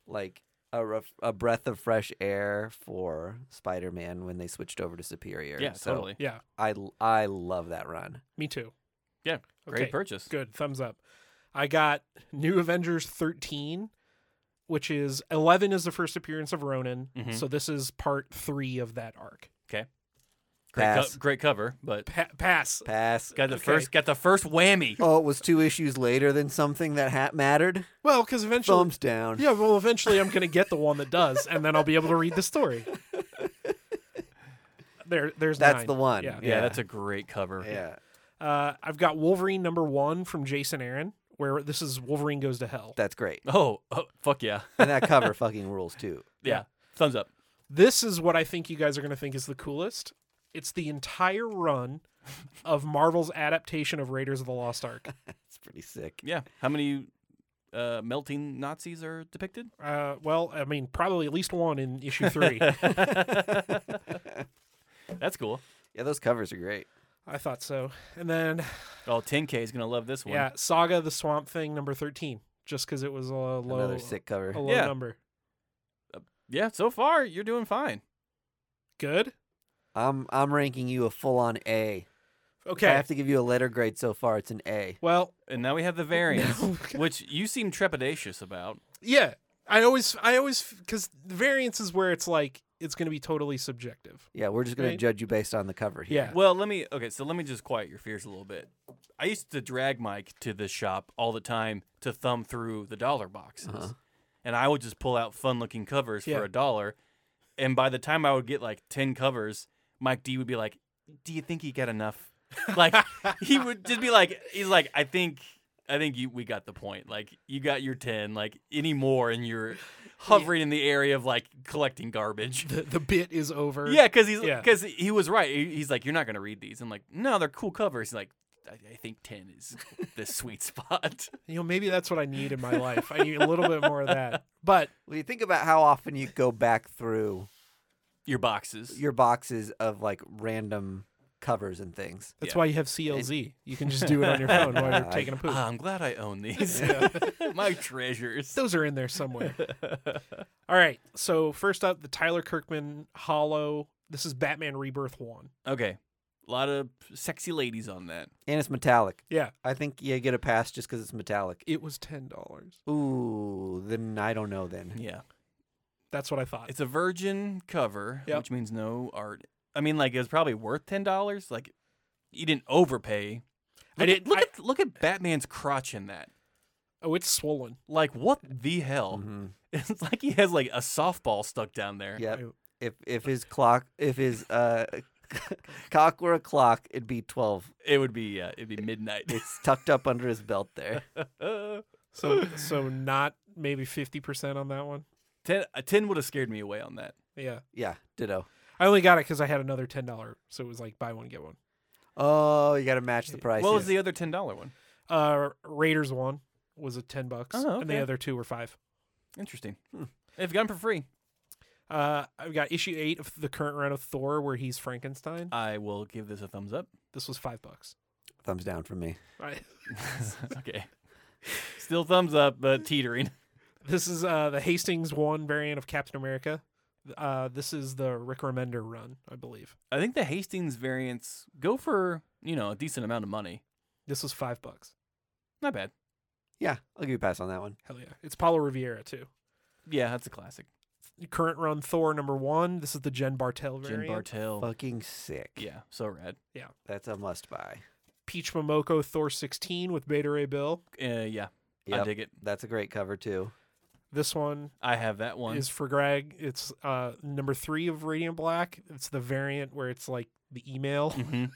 [SPEAKER 1] like a ref, a breath of fresh air for Spider-Man when they switched over to Superior.
[SPEAKER 2] Yeah,
[SPEAKER 1] So
[SPEAKER 2] totally.
[SPEAKER 3] Yeah.
[SPEAKER 1] I l- I love that run.
[SPEAKER 3] Me too.
[SPEAKER 2] Yeah, Great
[SPEAKER 3] Okay.
[SPEAKER 2] purchase.
[SPEAKER 3] Good. Thumbs up. I got New Avengers 13, which is 11 is the first appearance of Ronan.
[SPEAKER 2] Mhm.
[SPEAKER 3] So this is part three of that arc.
[SPEAKER 2] Great,
[SPEAKER 1] Pass.
[SPEAKER 2] co- great cover, but
[SPEAKER 3] Pa- pass.
[SPEAKER 1] Pass.
[SPEAKER 2] got the
[SPEAKER 3] Okay.
[SPEAKER 2] first got the first whammy.
[SPEAKER 1] Oh, it was two issues later than something that ha- mattered.
[SPEAKER 3] Well, because eventually.
[SPEAKER 1] Thumbs down.
[SPEAKER 3] Yeah, well, eventually I'm going to get the one that does, and then I'll be able to read the story. There, there's
[SPEAKER 1] That's
[SPEAKER 3] nine.
[SPEAKER 1] the one.
[SPEAKER 3] Yeah.
[SPEAKER 2] Yeah, that's a great cover.
[SPEAKER 1] yeah.
[SPEAKER 3] Uh, I've got Wolverine number one from Jason Aaron, where this is Wolverine goes to hell.
[SPEAKER 1] That's great.
[SPEAKER 2] Oh, oh, fuck yeah.
[SPEAKER 1] And that cover fucking rules too.
[SPEAKER 2] yeah. Thumbs up.
[SPEAKER 3] this is what I think you guys are going to think is the coolest. It's the entire run of Marvel's adaptation of Raiders of the Lost Ark.
[SPEAKER 1] It's pretty sick.
[SPEAKER 2] Yeah. How many uh, melting Nazis are depicted?
[SPEAKER 3] Uh, well, I mean, probably at least one in issue three.
[SPEAKER 2] That's cool.
[SPEAKER 1] Yeah, those covers are great.
[SPEAKER 3] I thought so. And then,
[SPEAKER 2] Oh, 10K is going to love this one.
[SPEAKER 3] yeah, Saga of the Swamp Thing number thirteen, just because it was a low, oh.
[SPEAKER 1] Another sick cover.
[SPEAKER 3] a low
[SPEAKER 2] Yeah.
[SPEAKER 3] number.
[SPEAKER 2] Yeah, so far you're doing fine.
[SPEAKER 3] Good.
[SPEAKER 1] I'm I'm ranking you a full on A. If
[SPEAKER 3] Okay.
[SPEAKER 1] I have to give you a letter grade so far. It's an A.
[SPEAKER 3] well,
[SPEAKER 2] And now we have the variants,
[SPEAKER 3] No.
[SPEAKER 2] which you seem trepidatious about.
[SPEAKER 3] yeah. I always, I always, because the variance is where it's like it's going to be totally subjective.
[SPEAKER 1] Yeah, we're just gonna
[SPEAKER 3] Right.
[SPEAKER 1] judge you based on the cover here.
[SPEAKER 3] Yeah.
[SPEAKER 2] Well, let me okay, so let me just quiet your fears a little bit. I used to drag Mike to the shop all the time to thumb through the dollar boxes. And I would just pull out fun looking covers
[SPEAKER 3] Uh-huh. Yeah.
[SPEAKER 2] for a dollar. And by the time I would get like 10 covers, Mike D would be like, "Do you think he got enough?" Like he would just be like, "He's like, I think, I think you we got the point. Like you got your ten. Like any more, and you're hovering in the area of like collecting garbage."
[SPEAKER 3] the, the bit is over.
[SPEAKER 2] Yeah, because he's
[SPEAKER 3] Yeah.
[SPEAKER 2] because he was right. He- He's like, "You're not gonna read these." I'm like, "No, they're cool covers." He's like, "I, I think ten is the sweet spot."
[SPEAKER 3] You know, maybe that's what I need in my life. I need a little bit more of that. But
[SPEAKER 1] Well, you think about how often you go back through
[SPEAKER 2] Your boxes.
[SPEAKER 1] your boxes of like random covers and things.
[SPEAKER 3] that's
[SPEAKER 2] Yeah.
[SPEAKER 3] why you have CLZ. You can just do it on your phone while you're
[SPEAKER 1] I-
[SPEAKER 3] taking a poop.
[SPEAKER 2] Ah, I'm glad I own these.
[SPEAKER 3] Yeah.
[SPEAKER 2] My treasures.
[SPEAKER 3] Those are in there somewhere. All right. So first up, the Tyler Kirkman Hollow. This is Batman Rebirth one.
[SPEAKER 2] Okay. A lot of sexy ladies on that.
[SPEAKER 1] And it's metallic.
[SPEAKER 3] Yeah.
[SPEAKER 1] I think you get a pass just because it's metallic.
[SPEAKER 3] It was ten dollars.
[SPEAKER 1] Ooh, then I don't know then.
[SPEAKER 2] Yeah.
[SPEAKER 3] That's what I thought.
[SPEAKER 2] It's a virgin cover,
[SPEAKER 3] Yep.
[SPEAKER 2] which means no art. I mean, like, it was probably worth $10. Like, you didn't overpay.
[SPEAKER 3] I
[SPEAKER 2] Look at-
[SPEAKER 3] didn't-
[SPEAKER 2] Look,
[SPEAKER 3] I-
[SPEAKER 2] at, look at Batman's crotch in that.
[SPEAKER 3] Oh, it's swollen.
[SPEAKER 2] Like, what the hell?
[SPEAKER 3] Mm-hmm.
[SPEAKER 1] hmm
[SPEAKER 2] It's like he has, like, a softball stuck down there.
[SPEAKER 1] Yep.
[SPEAKER 3] Ew.
[SPEAKER 1] If if his clock, if his uh, cock were a clock, it'd be twelve.
[SPEAKER 2] It would be, uh, it'd be midnight.
[SPEAKER 1] It's tucked up under his belt there.
[SPEAKER 3] So so not maybe fifty percent on that one.
[SPEAKER 2] 10, a 10 uh, would have scared me away on that.
[SPEAKER 3] Yeah.
[SPEAKER 1] Yeah, ditto.
[SPEAKER 3] I only got it because I had another ten dollar, so it was like buy one get one.
[SPEAKER 1] Oh, you got to match the prices.
[SPEAKER 2] What was the other $10 one?
[SPEAKER 3] Uh, Raiders one was a ten bucks,
[SPEAKER 2] Oh,
[SPEAKER 3] and the
[SPEAKER 2] okay.
[SPEAKER 3] other two were five.
[SPEAKER 2] Interesting. They've gotten for free.
[SPEAKER 3] Uh, I've got issue eight of the current run of Thor, where he's Frankenstein.
[SPEAKER 2] I will give this a thumbs up.
[SPEAKER 3] This was five bucks.
[SPEAKER 1] thumbs down from me?
[SPEAKER 3] I-
[SPEAKER 2] okay. Still thumbs up, but teetering.
[SPEAKER 3] This is uh the Hastings one variant of Captain America. Uh, this is the Rick Remender run, I believe.
[SPEAKER 2] I think the Hastings variants go for, you know, a decent amount of money.
[SPEAKER 3] This was five bucks.
[SPEAKER 2] Not bad.
[SPEAKER 1] Yeah, I'll give you a pass on that one.
[SPEAKER 3] Hell yeah! It's Paulo Riviera too.
[SPEAKER 2] Yeah, that's a classic.
[SPEAKER 3] Current run Thor number one. This is the Jen Bartel
[SPEAKER 2] Jen
[SPEAKER 3] variant.
[SPEAKER 2] Bartel.
[SPEAKER 1] Fucking sick.
[SPEAKER 2] Yeah, so rad.
[SPEAKER 1] that's a must buy.
[SPEAKER 3] Peach Momoko Thor sixteen with Beta Ray Bill.
[SPEAKER 2] Uh, yeah, I
[SPEAKER 1] Yep.
[SPEAKER 2] dig it.
[SPEAKER 1] That's a great cover too.
[SPEAKER 3] This one
[SPEAKER 2] I have that one.
[SPEAKER 3] is for Greg. It's uh number three of Radiant Black. It's the variant where it's like the email.
[SPEAKER 2] Mhm.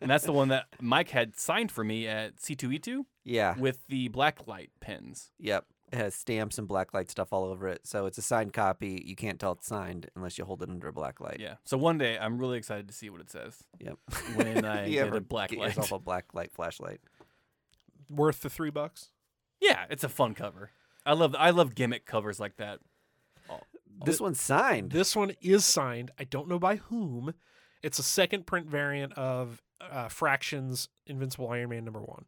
[SPEAKER 2] and that's the one that Mike had signed for me at C2E2
[SPEAKER 1] Yeah.
[SPEAKER 2] with the black light pens.
[SPEAKER 1] Yep. It has stamps and blacklight stuff all over it. So it's a signed copy. You can't tell it's signed unless you hold it under a blacklight.
[SPEAKER 2] Yeah. So one day I'm really excited to see what it says.
[SPEAKER 1] Yep.
[SPEAKER 2] When I
[SPEAKER 1] You
[SPEAKER 2] get
[SPEAKER 1] ever
[SPEAKER 2] a black
[SPEAKER 1] get
[SPEAKER 2] light.
[SPEAKER 1] yourself a blacklight flashlight.
[SPEAKER 3] Worth the three bucks.
[SPEAKER 2] Yeah, it's a fun cover. I love I love gimmick covers like that. Oh,
[SPEAKER 1] This one's signed.
[SPEAKER 3] This one is signed. I don't know by whom. It's a second print variant of uh, Fractions Invincible Iron Man number one.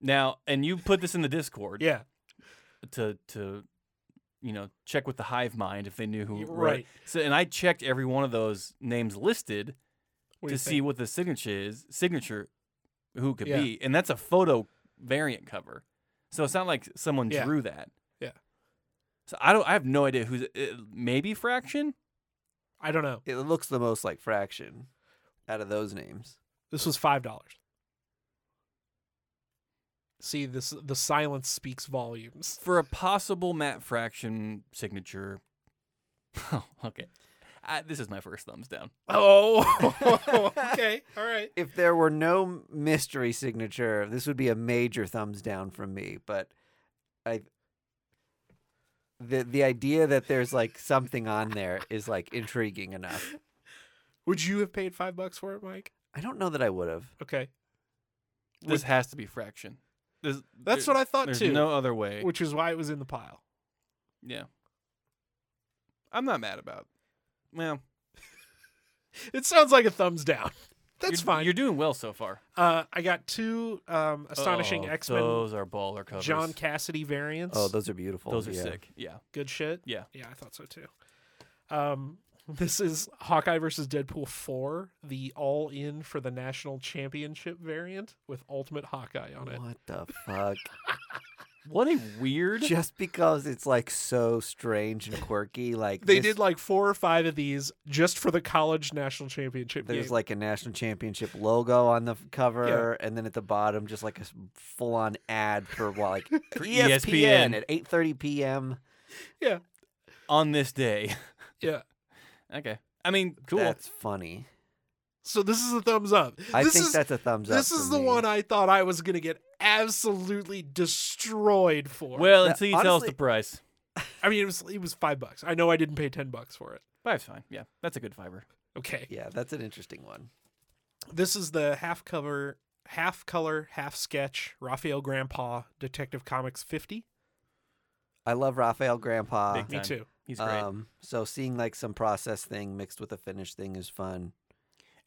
[SPEAKER 2] Now, and you put this in the Discord.
[SPEAKER 3] Yeah,
[SPEAKER 2] to to you know check with the hive mind if they knew who
[SPEAKER 3] You're
[SPEAKER 2] wrote it.
[SPEAKER 3] right.
[SPEAKER 2] so and i checked every one of those names listed
[SPEAKER 3] What do
[SPEAKER 2] to
[SPEAKER 3] you
[SPEAKER 2] see
[SPEAKER 3] think?
[SPEAKER 2] what the signature is signature who could
[SPEAKER 3] Yeah.
[SPEAKER 2] be and that's a photo variant cover so it's not like someone
[SPEAKER 3] Yeah.
[SPEAKER 2] drew that
[SPEAKER 3] Yeah.
[SPEAKER 2] so i don't i have no idea who's uh, maybe fraction
[SPEAKER 3] I don't know.
[SPEAKER 1] It looks the most like Fraction out of those names.
[SPEAKER 3] This was five dollars. See this. The silence speaks volumes.
[SPEAKER 2] for a possible matt fraction signature oh okay I, this is my first thumbs down
[SPEAKER 3] Oh, okay, all right.
[SPEAKER 1] If there were no mystery signature, this would be a major thumbs down from me. But I, the the idea that there's like something on there is like intriguing enough.
[SPEAKER 3] Would you have paid five bucks for it, Mike?
[SPEAKER 1] I don't know that I would have.
[SPEAKER 3] Okay,
[SPEAKER 2] this has to be fraction There's-
[SPEAKER 3] that's
[SPEAKER 2] there-
[SPEAKER 3] what I thought
[SPEAKER 2] there's
[SPEAKER 3] too.
[SPEAKER 2] no other way
[SPEAKER 3] which is why it was in the pile.
[SPEAKER 2] Yeah. I'm not mad about. Well,
[SPEAKER 3] It sounds like a thumbs down. That's
[SPEAKER 2] you're,
[SPEAKER 3] fine.
[SPEAKER 2] You're doing well so far.
[SPEAKER 3] Uh, I got two um, astonishing
[SPEAKER 2] Oh,
[SPEAKER 3] X Men
[SPEAKER 2] Those are baller covers.
[SPEAKER 3] John Cassidy variants.
[SPEAKER 1] Oh, those are beautiful.
[SPEAKER 2] Those are
[SPEAKER 1] yeah.
[SPEAKER 2] sick. Yeah.
[SPEAKER 3] good shit.
[SPEAKER 2] Yeah.
[SPEAKER 3] yeah, I thought so too. Um, this is Hawkeye versus Deadpool four, the all in for the national championship variant with Ultimate Hawkeye on it.
[SPEAKER 1] What the fuck?
[SPEAKER 2] What a weird.
[SPEAKER 1] Just because it's like so strange and quirky, like
[SPEAKER 3] They
[SPEAKER 1] this-
[SPEAKER 3] did like four or five of these just for the college national championship.
[SPEAKER 1] There's
[SPEAKER 3] game.
[SPEAKER 1] like a national championship logo on the f- cover, and then at the bottom, just like a full on ad for well, like E ESPN,
[SPEAKER 2] ESPN.
[SPEAKER 1] at 8:30 p.m.
[SPEAKER 2] on this day.
[SPEAKER 3] yeah,
[SPEAKER 2] Okay. I mean, cool.
[SPEAKER 1] That's funny.
[SPEAKER 3] So this is a thumbs up.
[SPEAKER 1] I
[SPEAKER 3] this
[SPEAKER 1] think
[SPEAKER 3] is,
[SPEAKER 1] that's a thumbs up.
[SPEAKER 3] This is
[SPEAKER 1] for
[SPEAKER 3] the
[SPEAKER 1] me.
[SPEAKER 3] one I thought I was gonna get absolutely destroyed for.
[SPEAKER 2] well,
[SPEAKER 1] Now,
[SPEAKER 2] until you tell us the
[SPEAKER 1] honestly-
[SPEAKER 2] price.
[SPEAKER 3] I mean, it was it was five bucks. I know I didn't pay ten bucks for it.
[SPEAKER 2] Five's fine. Yeah, that's a good fiver.
[SPEAKER 3] Okay,
[SPEAKER 1] Yeah, that's an interesting one.
[SPEAKER 3] this is the half cover, half color, half sketch Raphael Grandpa Detective Comics fifty.
[SPEAKER 1] I love Raphael Grandpa.
[SPEAKER 2] Big
[SPEAKER 3] Me
[SPEAKER 2] Time.
[SPEAKER 3] too.
[SPEAKER 2] He's great.
[SPEAKER 1] Um, so seeing like some process thing mixed with a finished thing is fun.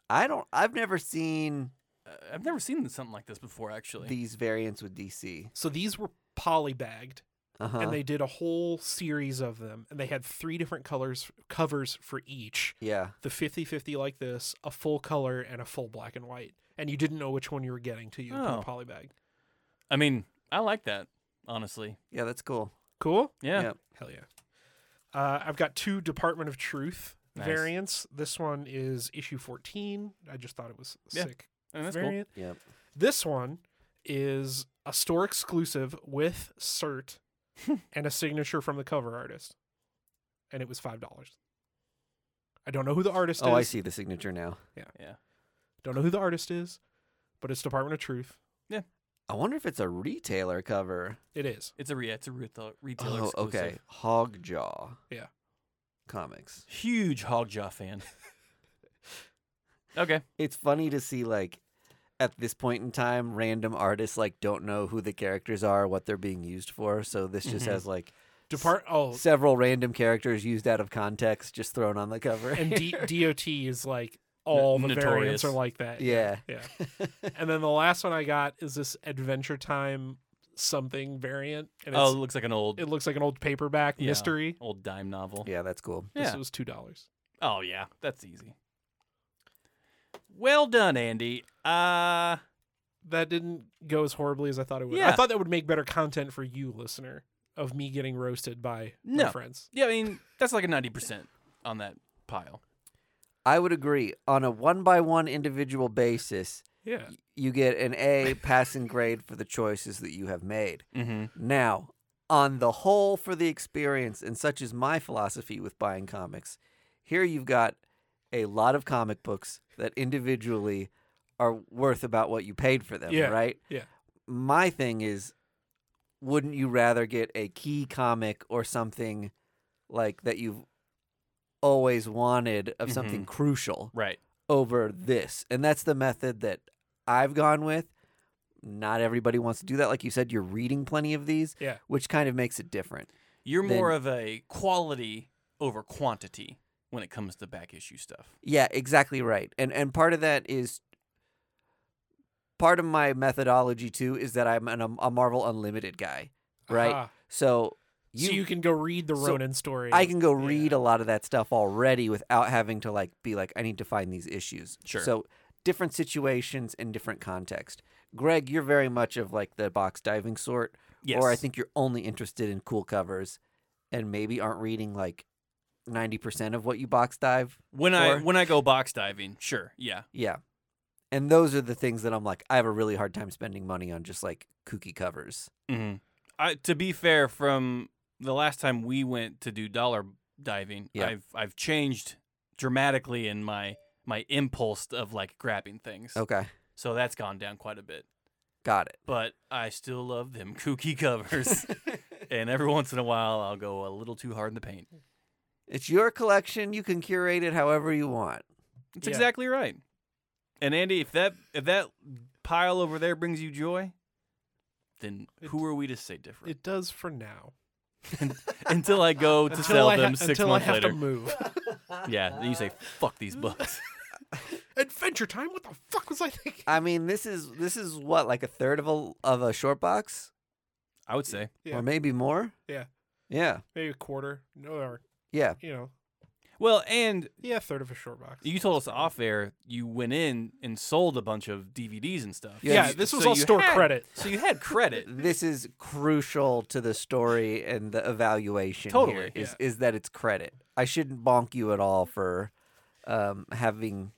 [SPEAKER 1] I don't. I've never seen
[SPEAKER 2] Uh, I've never seen something like this before, actually.
[SPEAKER 1] these variants with DC.
[SPEAKER 3] So these were poly bagged,
[SPEAKER 1] Uh huh.
[SPEAKER 3] and they did a whole series of them, and they had three different colors covers for each.
[SPEAKER 1] Yeah.
[SPEAKER 3] The 50-50 like this, a full color and a full black and white, and you didn't know which one you were getting till you opened
[SPEAKER 2] Oh.
[SPEAKER 3] the poly bag.
[SPEAKER 2] I mean, I like that, honestly.
[SPEAKER 1] Yeah, that's cool.
[SPEAKER 3] Cool.
[SPEAKER 2] Yeah.
[SPEAKER 1] Yep.
[SPEAKER 3] Hell yeah. Uh, I've got two Department of Truth
[SPEAKER 2] Nice.
[SPEAKER 3] variants. This one is issue 14. I just thought it was a
[SPEAKER 2] Yeah,
[SPEAKER 3] sick
[SPEAKER 2] I mean, that's cool.
[SPEAKER 3] variant.
[SPEAKER 1] Yep.
[SPEAKER 3] This one is a store exclusive with cert and a signature from the cover artist. And it was $5. I don't know who the artist
[SPEAKER 1] Oh,
[SPEAKER 3] is.
[SPEAKER 1] I see the signature now.
[SPEAKER 2] Yeah.
[SPEAKER 3] Don't know who the artist is, but it's Department of Truth.
[SPEAKER 1] I wonder if it's a retailer cover.
[SPEAKER 3] It is.
[SPEAKER 2] It's a, re- it's a retail, retailer
[SPEAKER 1] oh,
[SPEAKER 2] exclusive.
[SPEAKER 1] okay. Hogjaw.
[SPEAKER 3] Yeah.
[SPEAKER 1] Comics.
[SPEAKER 2] Huge Hogjaw fan. okay.
[SPEAKER 1] It's funny to see like at this point in time, random artists like don't know who the characters are, what they're being used for. So this just
[SPEAKER 2] Mhm.
[SPEAKER 1] has like
[SPEAKER 3] Depart oh,
[SPEAKER 1] several random characters used out of context just thrown on the cover.
[SPEAKER 3] and D- DOT is like all the
[SPEAKER 2] notorious.
[SPEAKER 3] variants are like that.
[SPEAKER 1] yeah.
[SPEAKER 3] Yeah. And then the last one I got is this Adventure Time something variant, and it's,
[SPEAKER 2] Oh, it looks like an old
[SPEAKER 3] it looks like an old paperback
[SPEAKER 2] Yeah.
[SPEAKER 3] mystery.
[SPEAKER 2] old dime novel.
[SPEAKER 1] yeah, that's cool.
[SPEAKER 3] This
[SPEAKER 2] Yeah.
[SPEAKER 3] was two dollars.
[SPEAKER 2] Oh yeah, that's easy. Well done, Andy. Uh
[SPEAKER 3] That didn't go as horribly as I thought it would. I
[SPEAKER 2] Yeah.
[SPEAKER 3] thought that would make better content for you, listener, of me getting roasted by my
[SPEAKER 2] No.
[SPEAKER 3] friends.
[SPEAKER 2] yeah, I mean that's like a ninety percent on that pile.
[SPEAKER 1] I would agree. On a one by one individual basis,
[SPEAKER 3] Yeah.
[SPEAKER 1] y- you get an A passing grade for the choices that you have made.
[SPEAKER 2] Mm-hmm.
[SPEAKER 1] Now, on the whole, for the experience, and such is my philosophy with buying comics, here you've got a lot of comic books that individually are worth about what you paid for them,
[SPEAKER 3] Yeah,
[SPEAKER 1] right?
[SPEAKER 3] yeah.
[SPEAKER 1] My thing is, wouldn't you rather get a key comic or something like that you've always wanted
[SPEAKER 3] Mm-hmm.
[SPEAKER 1] of something crucial
[SPEAKER 2] Right.
[SPEAKER 1] over this? And that's the method that I've gone with. Not everybody wants to do that. Like you said, you're reading plenty of these
[SPEAKER 3] Yeah.
[SPEAKER 1] which kind of makes it different.
[SPEAKER 2] You're
[SPEAKER 1] Then-
[SPEAKER 2] more of a quality over quantity when it comes to back issue stuff.
[SPEAKER 1] Yeah, exactly right. And and part of that is part of my methodology too is that I'm an, a Marvel Unlimited guy, right?
[SPEAKER 3] Ah,
[SPEAKER 1] So you,
[SPEAKER 3] so you can go read the
[SPEAKER 1] so
[SPEAKER 3] Ronin story.
[SPEAKER 1] I can go read
[SPEAKER 3] Yeah.
[SPEAKER 1] a lot of that stuff already without having to like be like I need to find these issues.
[SPEAKER 2] Sure.
[SPEAKER 1] So different situations and different context. Greg, you're very much of like the box diving sort.
[SPEAKER 2] Yes.
[SPEAKER 1] Or I think you're only interested in cool covers and maybe aren't reading like 90% of what you box dive.
[SPEAKER 2] when I
[SPEAKER 1] or-
[SPEAKER 2] when I go box diving, sure, yeah.
[SPEAKER 1] Yeah. And those are the things that I'm like, I have a really hard time spending money on just like kooky covers.
[SPEAKER 2] Mm-hmm. I, to be fair, from the last time we went to do dollar diving,
[SPEAKER 1] Yeah.
[SPEAKER 2] I've I've changed dramatically in my my impulse of like grabbing things.
[SPEAKER 1] Okay.
[SPEAKER 2] So that's gone down quite a bit.
[SPEAKER 1] Got it.
[SPEAKER 2] But I still love them kooky covers. and every once in a while, I'll go a little too hard in the paint.
[SPEAKER 1] It's your collection. You can curate it however you want.
[SPEAKER 2] That's
[SPEAKER 3] Yeah.
[SPEAKER 2] exactly right. And Andy, if that if that pile over there brings you joy, then
[SPEAKER 3] It-
[SPEAKER 2] who are we to say different?
[SPEAKER 3] It does for now.
[SPEAKER 2] until I go to
[SPEAKER 3] Until
[SPEAKER 2] sell
[SPEAKER 3] I ha-
[SPEAKER 2] them six
[SPEAKER 3] until
[SPEAKER 2] months
[SPEAKER 3] I have
[SPEAKER 2] later.
[SPEAKER 3] to move.
[SPEAKER 2] Yeah, then you say fuck these books.
[SPEAKER 3] Adventure Time. What the fuck was I thinking?
[SPEAKER 1] I mean, this is this is what like a third of a of a short box
[SPEAKER 2] I would say.
[SPEAKER 3] Yeah.
[SPEAKER 1] or maybe more.
[SPEAKER 3] Yeah.
[SPEAKER 1] Yeah.
[SPEAKER 3] Maybe a quarter, no, or
[SPEAKER 1] Yeah.
[SPEAKER 3] you know,
[SPEAKER 2] Well, and
[SPEAKER 3] yeah, a third of a short box.
[SPEAKER 2] you told us off air you went in and sold a bunch of DVDs and stuff.
[SPEAKER 1] Yeah,
[SPEAKER 3] yeah,
[SPEAKER 1] you-
[SPEAKER 3] this was
[SPEAKER 2] so
[SPEAKER 3] all
[SPEAKER 2] you
[SPEAKER 3] store
[SPEAKER 2] had-
[SPEAKER 3] credit.
[SPEAKER 2] So you had credit.
[SPEAKER 1] This is crucial to the story and the evaluation. here
[SPEAKER 2] Totally,
[SPEAKER 1] is is that it's credit. I shouldn't bonk you at all for um, having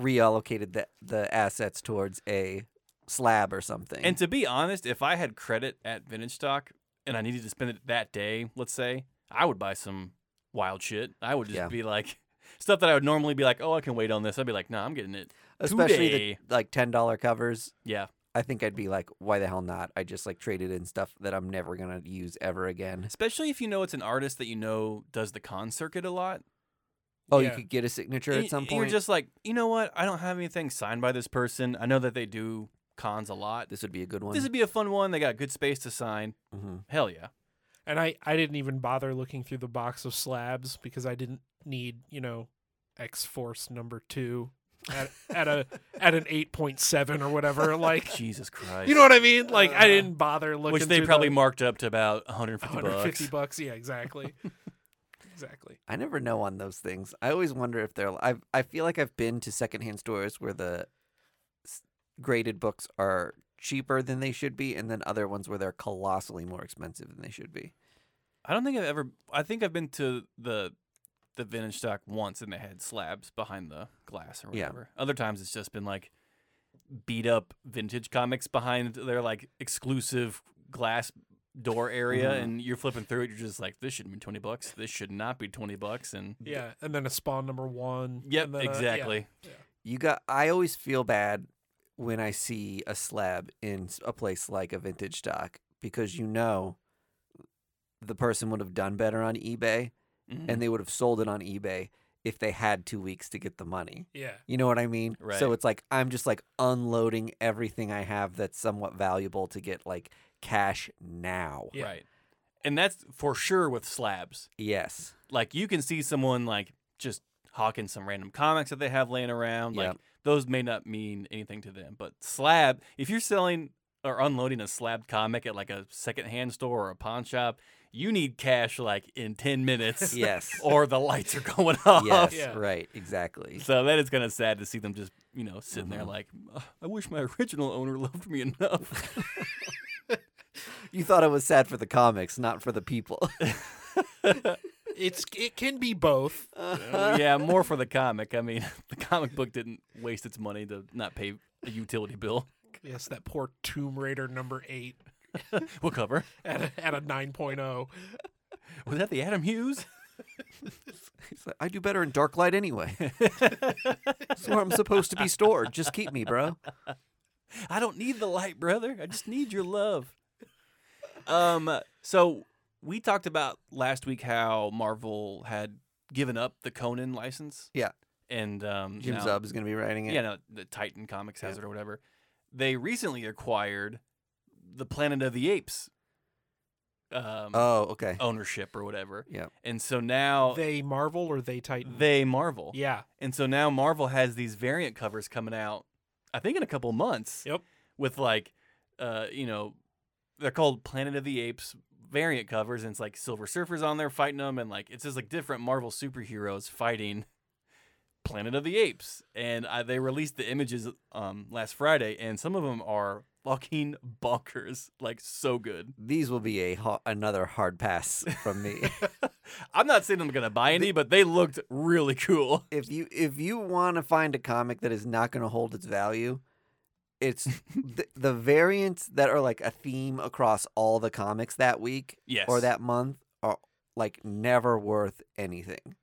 [SPEAKER 1] reallocated the the assets towards a slab or something.
[SPEAKER 2] And to be honest, if I had credit at vintage stock and I needed to spend it that day, let's say, I would buy some wild shit. I would just
[SPEAKER 1] Yeah.
[SPEAKER 2] be like, stuff that I would normally be like, oh, I can wait on this. I'd be like, no, I'm getting it.
[SPEAKER 1] Especially
[SPEAKER 2] Today.
[SPEAKER 1] the like ten dollar covers.
[SPEAKER 2] Yeah.
[SPEAKER 1] I think I'd be like, why the hell not? I just like traded in stuff that I'm never gonna use ever again.
[SPEAKER 2] Especially if you know it's an artist that you know does the con circuit a lot.
[SPEAKER 1] Oh,
[SPEAKER 3] Yeah.
[SPEAKER 1] you could get a signature at
[SPEAKER 2] Y-
[SPEAKER 1] some
[SPEAKER 2] You're
[SPEAKER 1] point.
[SPEAKER 2] just like, you know what? I don't have anything signed by this person. I know that they do cons a lot.
[SPEAKER 1] this would be a good one.
[SPEAKER 2] This would be a fun one. They got good space to sign.
[SPEAKER 1] Mhm.
[SPEAKER 2] Hell yeah.
[SPEAKER 3] And I, I didn't even bother looking through the box of slabs because I didn't need, you know, X Force number two at, at a at an eight point seven or whatever. Like
[SPEAKER 2] Jesus Christ.
[SPEAKER 3] you know what I mean? Like
[SPEAKER 1] Uh,
[SPEAKER 3] I didn't bother looking
[SPEAKER 2] Which they
[SPEAKER 3] through
[SPEAKER 2] probably
[SPEAKER 3] the
[SPEAKER 2] marked up to about 150
[SPEAKER 3] 150
[SPEAKER 2] bucks.
[SPEAKER 3] bucks. Yeah, exactly. exactly.
[SPEAKER 1] I never know on those things. I always wonder if they're. I I feel like I've been to secondhand stores where the s- graded books are cheaper than they should be, and then other ones where they're colossally more expensive than they should be.
[SPEAKER 2] I don't think I've ever. I think I've been to the the vintage stock once, and they had slabs behind the glass or
[SPEAKER 1] Yeah.
[SPEAKER 2] whatever. Other times, it's just been like beat up vintage comics behind their like exclusive glass door area,
[SPEAKER 3] Mm-hmm.
[SPEAKER 1] Mhm.
[SPEAKER 2] and you're flipping through it. You're just like, this shouldn't be twenty bucks. This should not be twenty bucks. And
[SPEAKER 3] Yeah, and then a spawn number one.
[SPEAKER 2] yep,
[SPEAKER 3] and then a- yeah.
[SPEAKER 2] exactly.
[SPEAKER 1] You got. I always feel bad when I see a slab in s- a place like a vintage stock because you know the person would have done better on eBay
[SPEAKER 2] Mhm.
[SPEAKER 1] and they would have sold it on eBay if they had two weeks to get the money.
[SPEAKER 3] Yeah.
[SPEAKER 1] You know what I mean?
[SPEAKER 2] Right.
[SPEAKER 1] So it's like I'm just like unloading everything I have that's somewhat valuable to get like cash now.
[SPEAKER 3] yeah.
[SPEAKER 2] right, and that's for sure with slabs.
[SPEAKER 1] Yes.
[SPEAKER 2] like you can see someone like just hawking some random comics that they have laying around. Like
[SPEAKER 1] Yep.
[SPEAKER 2] those may not mean anything to them, but slab. If you're selling or unloading a slabbed comic at like a secondhand store or a pawn shop, you need cash like in ten minutes,
[SPEAKER 1] Yes.
[SPEAKER 2] or the lights are going off.
[SPEAKER 1] yes.
[SPEAKER 3] Yeah.
[SPEAKER 1] Right. Exactly.
[SPEAKER 2] So that is kind of sad to see them just you know sitting there
[SPEAKER 1] Mhm.
[SPEAKER 2] like, "Ugh, I wish my original owner loved me enough.
[SPEAKER 1] You thought it was sad for the comics, not for the people.
[SPEAKER 3] It's it can be both.
[SPEAKER 2] yeah, more for the comic. I mean, the comic book didn't waste its money to not pay a utility bill.
[SPEAKER 3] Yes, that poor Tomb Raider number eight
[SPEAKER 2] We'll cover.
[SPEAKER 3] at a, at a oh. 9.0.
[SPEAKER 2] Was that the Adam Hughes?
[SPEAKER 1] He's like, I do better in dark light anyway. That's where I'm supposed to be stored. Just keep me, bro.
[SPEAKER 2] I don't need the light, brother. I just need your love. Um, so we talked about last week how Marvel had given up the Conan license.
[SPEAKER 1] Yeah.
[SPEAKER 2] And um
[SPEAKER 1] Jim
[SPEAKER 2] now-
[SPEAKER 1] Zub is going to be writing it.
[SPEAKER 2] Yeah, no, the Titan Comics has
[SPEAKER 1] Yeah.
[SPEAKER 2] it or whatever. They recently acquired the Planet of the Apes um
[SPEAKER 1] Oh, okay.
[SPEAKER 2] ownership or whatever.
[SPEAKER 1] Yeah.
[SPEAKER 2] And so now they,
[SPEAKER 3] They Marvel or they Titan?
[SPEAKER 2] Marvel.
[SPEAKER 3] yeah.
[SPEAKER 2] And so now Marvel has these variant covers coming out, I think in a couple months.
[SPEAKER 3] Yep.
[SPEAKER 2] With like, uh, you know, they're called Planet of the Apes variant covers, and it's like Silver Surfer's on there fighting them, and like it's just like different Marvel superheroes fighting Planet of the Apes. And I, they released the images um last Friday, and some of them are fucking bonkers, like so good.
[SPEAKER 1] These will be a ha- another hard pass from me.
[SPEAKER 2] I'm not saying I'm gonna buy any, but they looked really cool.
[SPEAKER 1] if you if you want to find a comic that is not going to hold its value, it's the, the variants that are like a theme across all the comics that week
[SPEAKER 2] Yes.
[SPEAKER 1] or that month are like never worth anything.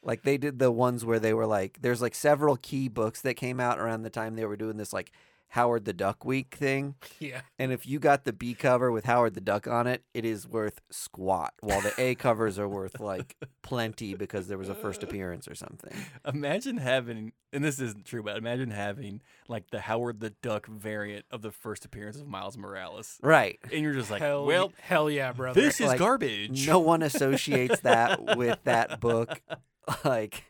[SPEAKER 1] Like they did the ones where they were like, there's like several key books that came out around the time they were doing this like Howard the Duck week thing.
[SPEAKER 3] Yeah.
[SPEAKER 1] And if you got the B cover with Howard the Duck on it, it is worth squat, while the A covers are worth like plenty because there was a first appearance or something.
[SPEAKER 2] Imagine having, and this isn't true, but imagine having like the Howard the Duck variant of the first appearance of Miles Morales,
[SPEAKER 1] Right.
[SPEAKER 2] and you're just like,
[SPEAKER 3] hell,
[SPEAKER 2] well,
[SPEAKER 3] hell yeah, brother.
[SPEAKER 2] this is
[SPEAKER 1] Like,
[SPEAKER 2] garbage.
[SPEAKER 1] No one associates that with that book. Like,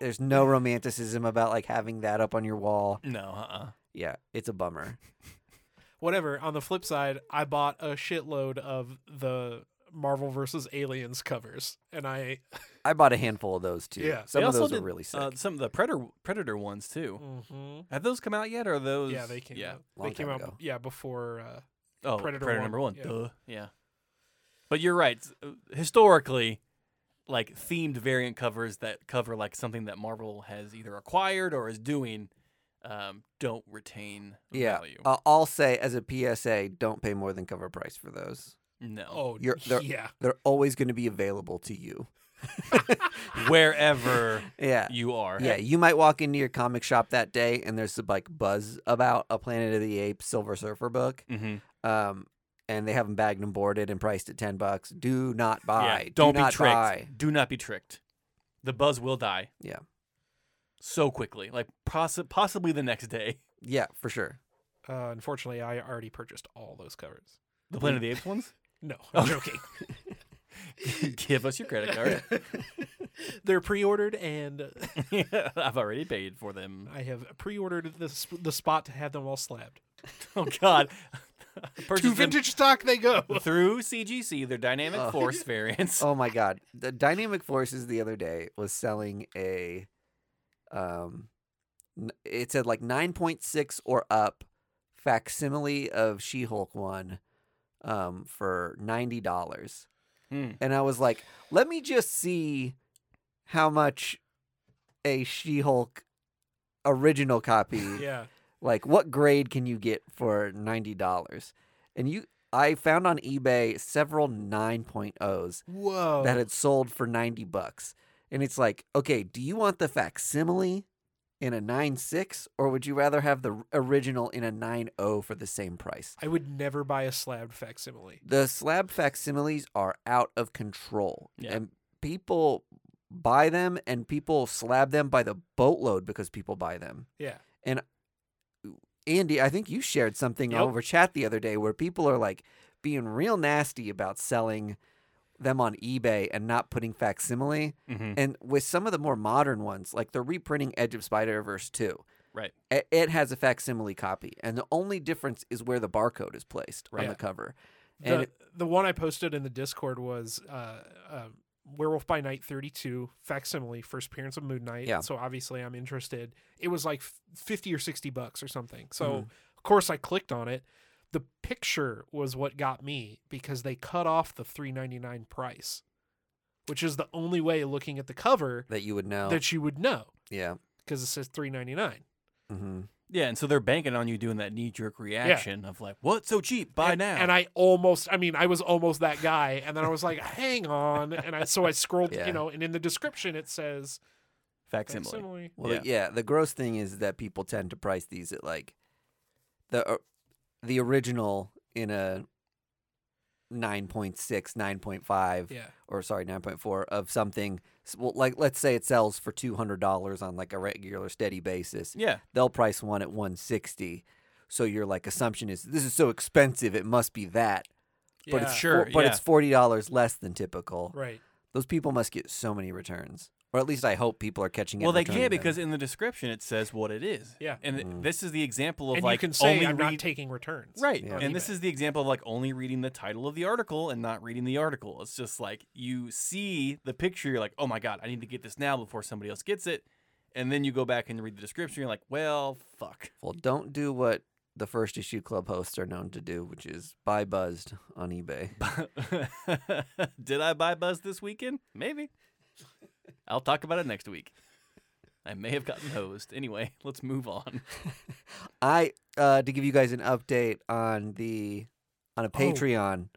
[SPEAKER 1] there's no romanticism about like having that up on your wall.
[SPEAKER 2] no, uh,
[SPEAKER 1] Yeah, it's a bummer.
[SPEAKER 3] Whatever. On the flip side, I bought a shitload of the Marvel versus Aliens covers, and I
[SPEAKER 1] I bought a handful of those too.
[SPEAKER 3] Yeah.
[SPEAKER 1] some
[SPEAKER 2] They
[SPEAKER 1] of
[SPEAKER 2] also
[SPEAKER 1] those
[SPEAKER 2] did,
[SPEAKER 1] are really sick.
[SPEAKER 2] uh, some of the Predator Predator ones too.
[SPEAKER 3] Mhm.
[SPEAKER 2] Have those come out yet? Or are those?
[SPEAKER 3] yeah they came out.
[SPEAKER 1] Long
[SPEAKER 3] they came
[SPEAKER 1] time
[SPEAKER 3] out
[SPEAKER 1] ago.
[SPEAKER 3] yeah before uh,
[SPEAKER 2] Oh,
[SPEAKER 3] Predator
[SPEAKER 2] Predator,
[SPEAKER 3] one,
[SPEAKER 2] number one.
[SPEAKER 3] yeah.
[SPEAKER 2] Duh. Yeah. But you're right. s- uh, Historically, like themed variant covers that cover like something that Marvel has either acquired or is doing, um, don't retain
[SPEAKER 1] Yeah.
[SPEAKER 2] value.
[SPEAKER 1] Uh, I'll say as a PSA, don't pay more than cover price for those.
[SPEAKER 2] no.
[SPEAKER 3] oh
[SPEAKER 1] You're- they're-
[SPEAKER 3] yeah
[SPEAKER 1] They're always going to be available to you.
[SPEAKER 2] wherever
[SPEAKER 1] Yeah.
[SPEAKER 2] you are.
[SPEAKER 1] Yeah, you might walk into your comic shop that day and there's some like buzz about a Planet of the Apes Silver Surfer book.
[SPEAKER 2] hmm
[SPEAKER 1] Um, and they have them bagged and boarded and priced at 10 bucks. Do not buy. Do
[SPEAKER 2] Don't be
[SPEAKER 1] not
[SPEAKER 2] tricked.
[SPEAKER 1] buy.
[SPEAKER 2] Do not be tricked. The buzz will die.
[SPEAKER 1] Yeah.
[SPEAKER 2] So quickly, like possi- possibly the next day.
[SPEAKER 1] Yeah, for sure.
[SPEAKER 3] Uh, unfortunately, I already purchased all those covers.
[SPEAKER 2] The Planet of the Apes ones.
[SPEAKER 3] No, I'm joking.
[SPEAKER 2] Give us your credit card.
[SPEAKER 3] They're pre-ordered, and uh,
[SPEAKER 2] I've already paid for them.
[SPEAKER 3] I have pre-ordered the sp- the spot to have them all slabbed.
[SPEAKER 2] Oh God. I purchased
[SPEAKER 3] To
[SPEAKER 2] them
[SPEAKER 3] vintage stock they go.
[SPEAKER 2] through CGC, their dynamic force variants.
[SPEAKER 1] Oh my god. The Dynamic Forces the other day was selling a um n- it said like 9.6 or up facsimile of She-Hulk one um for $90.
[SPEAKER 2] Hmm.
[SPEAKER 1] And I was like, "Let me just see how much a She-Hulk original copy
[SPEAKER 3] Yeah,
[SPEAKER 1] like what grade can you get for $90?" And you I found on eBay several 9.0s
[SPEAKER 3] whoa.
[SPEAKER 1] that had sold for 90 bucks. And it's like, okay, do you want the facsimile in a 9.6 or would you rather have the r- original in a 9.0 for the same price?
[SPEAKER 3] I would never buy a slabbed facsimile.
[SPEAKER 1] The slab facsimiles are out of control.
[SPEAKER 2] Yeah.
[SPEAKER 1] And people buy them and people slab them by the boatload because people buy them.
[SPEAKER 3] Yeah,
[SPEAKER 1] Andy, I think you shared something
[SPEAKER 3] Yep.
[SPEAKER 1] over chat the other day where people are like being real nasty about selling them on eBay and not putting facsimile.
[SPEAKER 2] Mhm.
[SPEAKER 1] And with some of the more modern ones, like they're reprinting Edge of Spider Verse 2,
[SPEAKER 2] Right.
[SPEAKER 1] it, it has a facsimile copy. And the only difference is where the barcode is placed on
[SPEAKER 2] Right.
[SPEAKER 1] the cover.
[SPEAKER 3] the
[SPEAKER 1] And it-
[SPEAKER 3] the one I posted in the Discord was uh, um Werewolf by Night 32 facsimile first appearance of Moon Knight.
[SPEAKER 1] Yeah.
[SPEAKER 3] So obviously I'm interested. It was like f- 50 or 60 bucks or something. So
[SPEAKER 1] Mm-hmm.
[SPEAKER 3] of course I clicked on it. The picture was what got me because they cut off the 3.99 price, which is the only way looking at the cover
[SPEAKER 1] that you would know.
[SPEAKER 3] that you would know
[SPEAKER 1] yeah.
[SPEAKER 3] because it says 3.99.
[SPEAKER 1] hmm
[SPEAKER 2] Yeah, and so they're banking on you doing that knee jerk reaction of like, "What's so cheap? Buy
[SPEAKER 3] and,
[SPEAKER 2] now!"
[SPEAKER 3] And I almost, I mean, I was almost that guy. And then I was like, hang on. And I, so I scrolled,
[SPEAKER 1] Yeah.
[SPEAKER 3] you know, and in the description it says
[SPEAKER 2] facsimile.
[SPEAKER 3] facsimile.
[SPEAKER 1] Well, yeah.
[SPEAKER 2] Yeah.
[SPEAKER 1] The gross thing is that people tend to price these at like the, or- the original in a 9.6, 9.5,
[SPEAKER 3] Yeah.
[SPEAKER 1] or sorry, 9.4 of something. S- Well, like, let's say it sells for $200 on like a regular steady basis.
[SPEAKER 2] Yeah,
[SPEAKER 1] they'll price one at 160 so your like assumption is this is so expensive it must be that but it's
[SPEAKER 3] Yeah.
[SPEAKER 2] Sure,
[SPEAKER 1] four- but
[SPEAKER 2] yeah.
[SPEAKER 1] it's $40 less than typical
[SPEAKER 3] Right.
[SPEAKER 1] those people must get so many returns or at least i hope people are catching it
[SPEAKER 2] Well,
[SPEAKER 1] and
[SPEAKER 2] they can
[SPEAKER 1] returning them.
[SPEAKER 2] because in the description it says what it is.
[SPEAKER 3] Yeah.
[SPEAKER 2] and th-
[SPEAKER 1] Mm.
[SPEAKER 2] this is the example of
[SPEAKER 3] And
[SPEAKER 2] like
[SPEAKER 3] you can say
[SPEAKER 2] only
[SPEAKER 3] I'm
[SPEAKER 2] read
[SPEAKER 3] not taking returns.
[SPEAKER 2] right.
[SPEAKER 1] Yeah. on
[SPEAKER 2] And this
[SPEAKER 3] eBay.
[SPEAKER 2] is the example of like only reading the title of the article and not reading the article. It's just like you see the picture, you're like, "Oh my god, I need to get this now before somebody else gets it," and then you go back and read the description, you're like, "Well, fuck."
[SPEAKER 1] well don't do what the first issue club hosts are known to do which is buy buzzed on ebay
[SPEAKER 2] Did I buy Buzz this weekend? Maybe. I'll talk about it next week. I may have gotten hosed. Anyway, let's move on.
[SPEAKER 1] i uh to give you guys an update on the on a
[SPEAKER 3] Oh.
[SPEAKER 1] patreon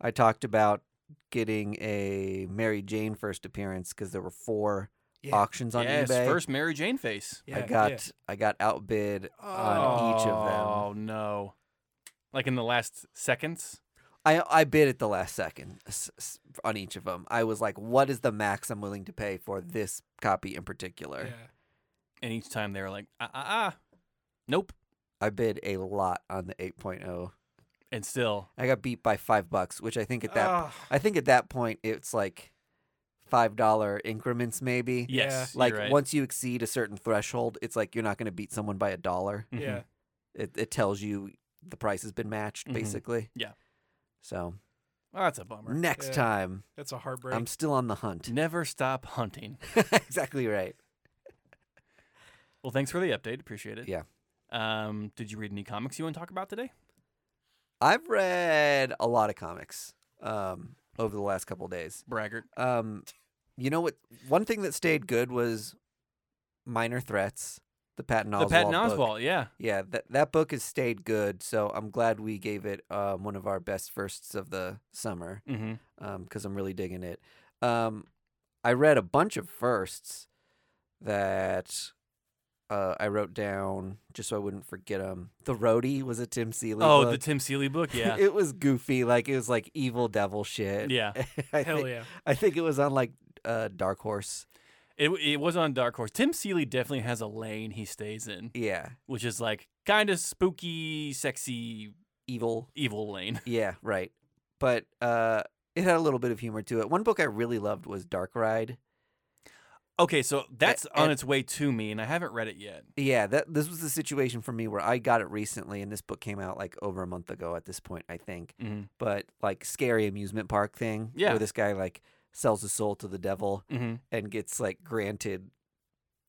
[SPEAKER 1] i talked about getting a mary jane first appearance because there were four
[SPEAKER 3] Yeah.
[SPEAKER 1] auctions on
[SPEAKER 2] yes,
[SPEAKER 1] ebay
[SPEAKER 2] first Mary Jane face.
[SPEAKER 1] I
[SPEAKER 3] Yeah,
[SPEAKER 1] got
[SPEAKER 3] yeah.
[SPEAKER 1] I got outbid on each of them.
[SPEAKER 2] Oh no! Like in the last seconds.
[SPEAKER 1] I I bid at the last second s- s- on each of them. I was like, "What is the max I'm willing to pay for this copy in particular?"
[SPEAKER 3] Yeah.
[SPEAKER 2] And each time they were like, ah, ah, ah. Nope.
[SPEAKER 1] I bid a lot on the 8.0.
[SPEAKER 2] And still,
[SPEAKER 1] I got beat by five bucks, which I think at that
[SPEAKER 2] Oh.
[SPEAKER 3] Ah,
[SPEAKER 1] I think at that point it's like five dollar increments, maybe.
[SPEAKER 2] yes.
[SPEAKER 1] Like
[SPEAKER 2] you're right.
[SPEAKER 1] once you exceed a certain threshold, it's like you're not going to beat someone by a dollar.
[SPEAKER 2] Mhm.
[SPEAKER 3] yeah.
[SPEAKER 1] It it tells you the price has been matched,
[SPEAKER 2] Mhm.
[SPEAKER 1] basically.
[SPEAKER 2] Yeah.
[SPEAKER 1] So
[SPEAKER 2] Oh, that's a bummer.
[SPEAKER 1] next
[SPEAKER 3] Yeah.
[SPEAKER 1] time.
[SPEAKER 3] That's a heartbreak.
[SPEAKER 1] I'm still on the hunt.
[SPEAKER 2] Never stop hunting.
[SPEAKER 1] exactly right.
[SPEAKER 2] Well, thanks for the update. Appreciate it.
[SPEAKER 1] Yeah.
[SPEAKER 2] Um, did you read any comics you want to talk about today?
[SPEAKER 1] I've read a lot of comics um, over the last couple days.
[SPEAKER 2] Braggart.
[SPEAKER 1] Um, you know what? One thing that stayed good was Minor Threats, the Patton Oswalt.
[SPEAKER 2] the Patton
[SPEAKER 1] book.
[SPEAKER 2] Oswalt. Yeah.
[SPEAKER 1] Yeah, that that book has stayed good. So I'm glad we gave it um, one of our best firsts of the summer
[SPEAKER 2] Mm-hmm.
[SPEAKER 1] because I'm really digging it. Um, I read a bunch of firsts that uh, I wrote down just so I wouldn't forget them. The Roadie was a Tim Seeley.
[SPEAKER 2] Oh,
[SPEAKER 1] book.
[SPEAKER 2] the Tim Seeley book. Yeah.
[SPEAKER 1] it was goofy. Like it was like evil devil shit.
[SPEAKER 2] Yeah.
[SPEAKER 1] I
[SPEAKER 3] Hell
[SPEAKER 1] think,
[SPEAKER 3] yeah.
[SPEAKER 1] I think it was on like uh, Dark Horse.
[SPEAKER 2] It, it was on Dark Horse. Tim Seeley definitely has a lane he stays in,
[SPEAKER 1] Yeah,
[SPEAKER 2] which is like kind of spooky, sexy,
[SPEAKER 1] evil.
[SPEAKER 2] evil lane.
[SPEAKER 1] Yeah, right. But uh, it had a little bit of humor to it. One book I really loved was Dark Ride.
[SPEAKER 2] Okay, so that's on
[SPEAKER 1] and-
[SPEAKER 2] its way to me, and I haven't read it yet.
[SPEAKER 1] Yeah, that this was the situation for me where I got it recently, and this book came out like over a month ago at this point, I think.
[SPEAKER 2] Mhm.
[SPEAKER 3] Mm-hmm,
[SPEAKER 1] But like scary amusement park thing,
[SPEAKER 2] Yeah.
[SPEAKER 1] where this guy like sells his soul to the devil
[SPEAKER 2] Mm-hmm.
[SPEAKER 1] and gets like granted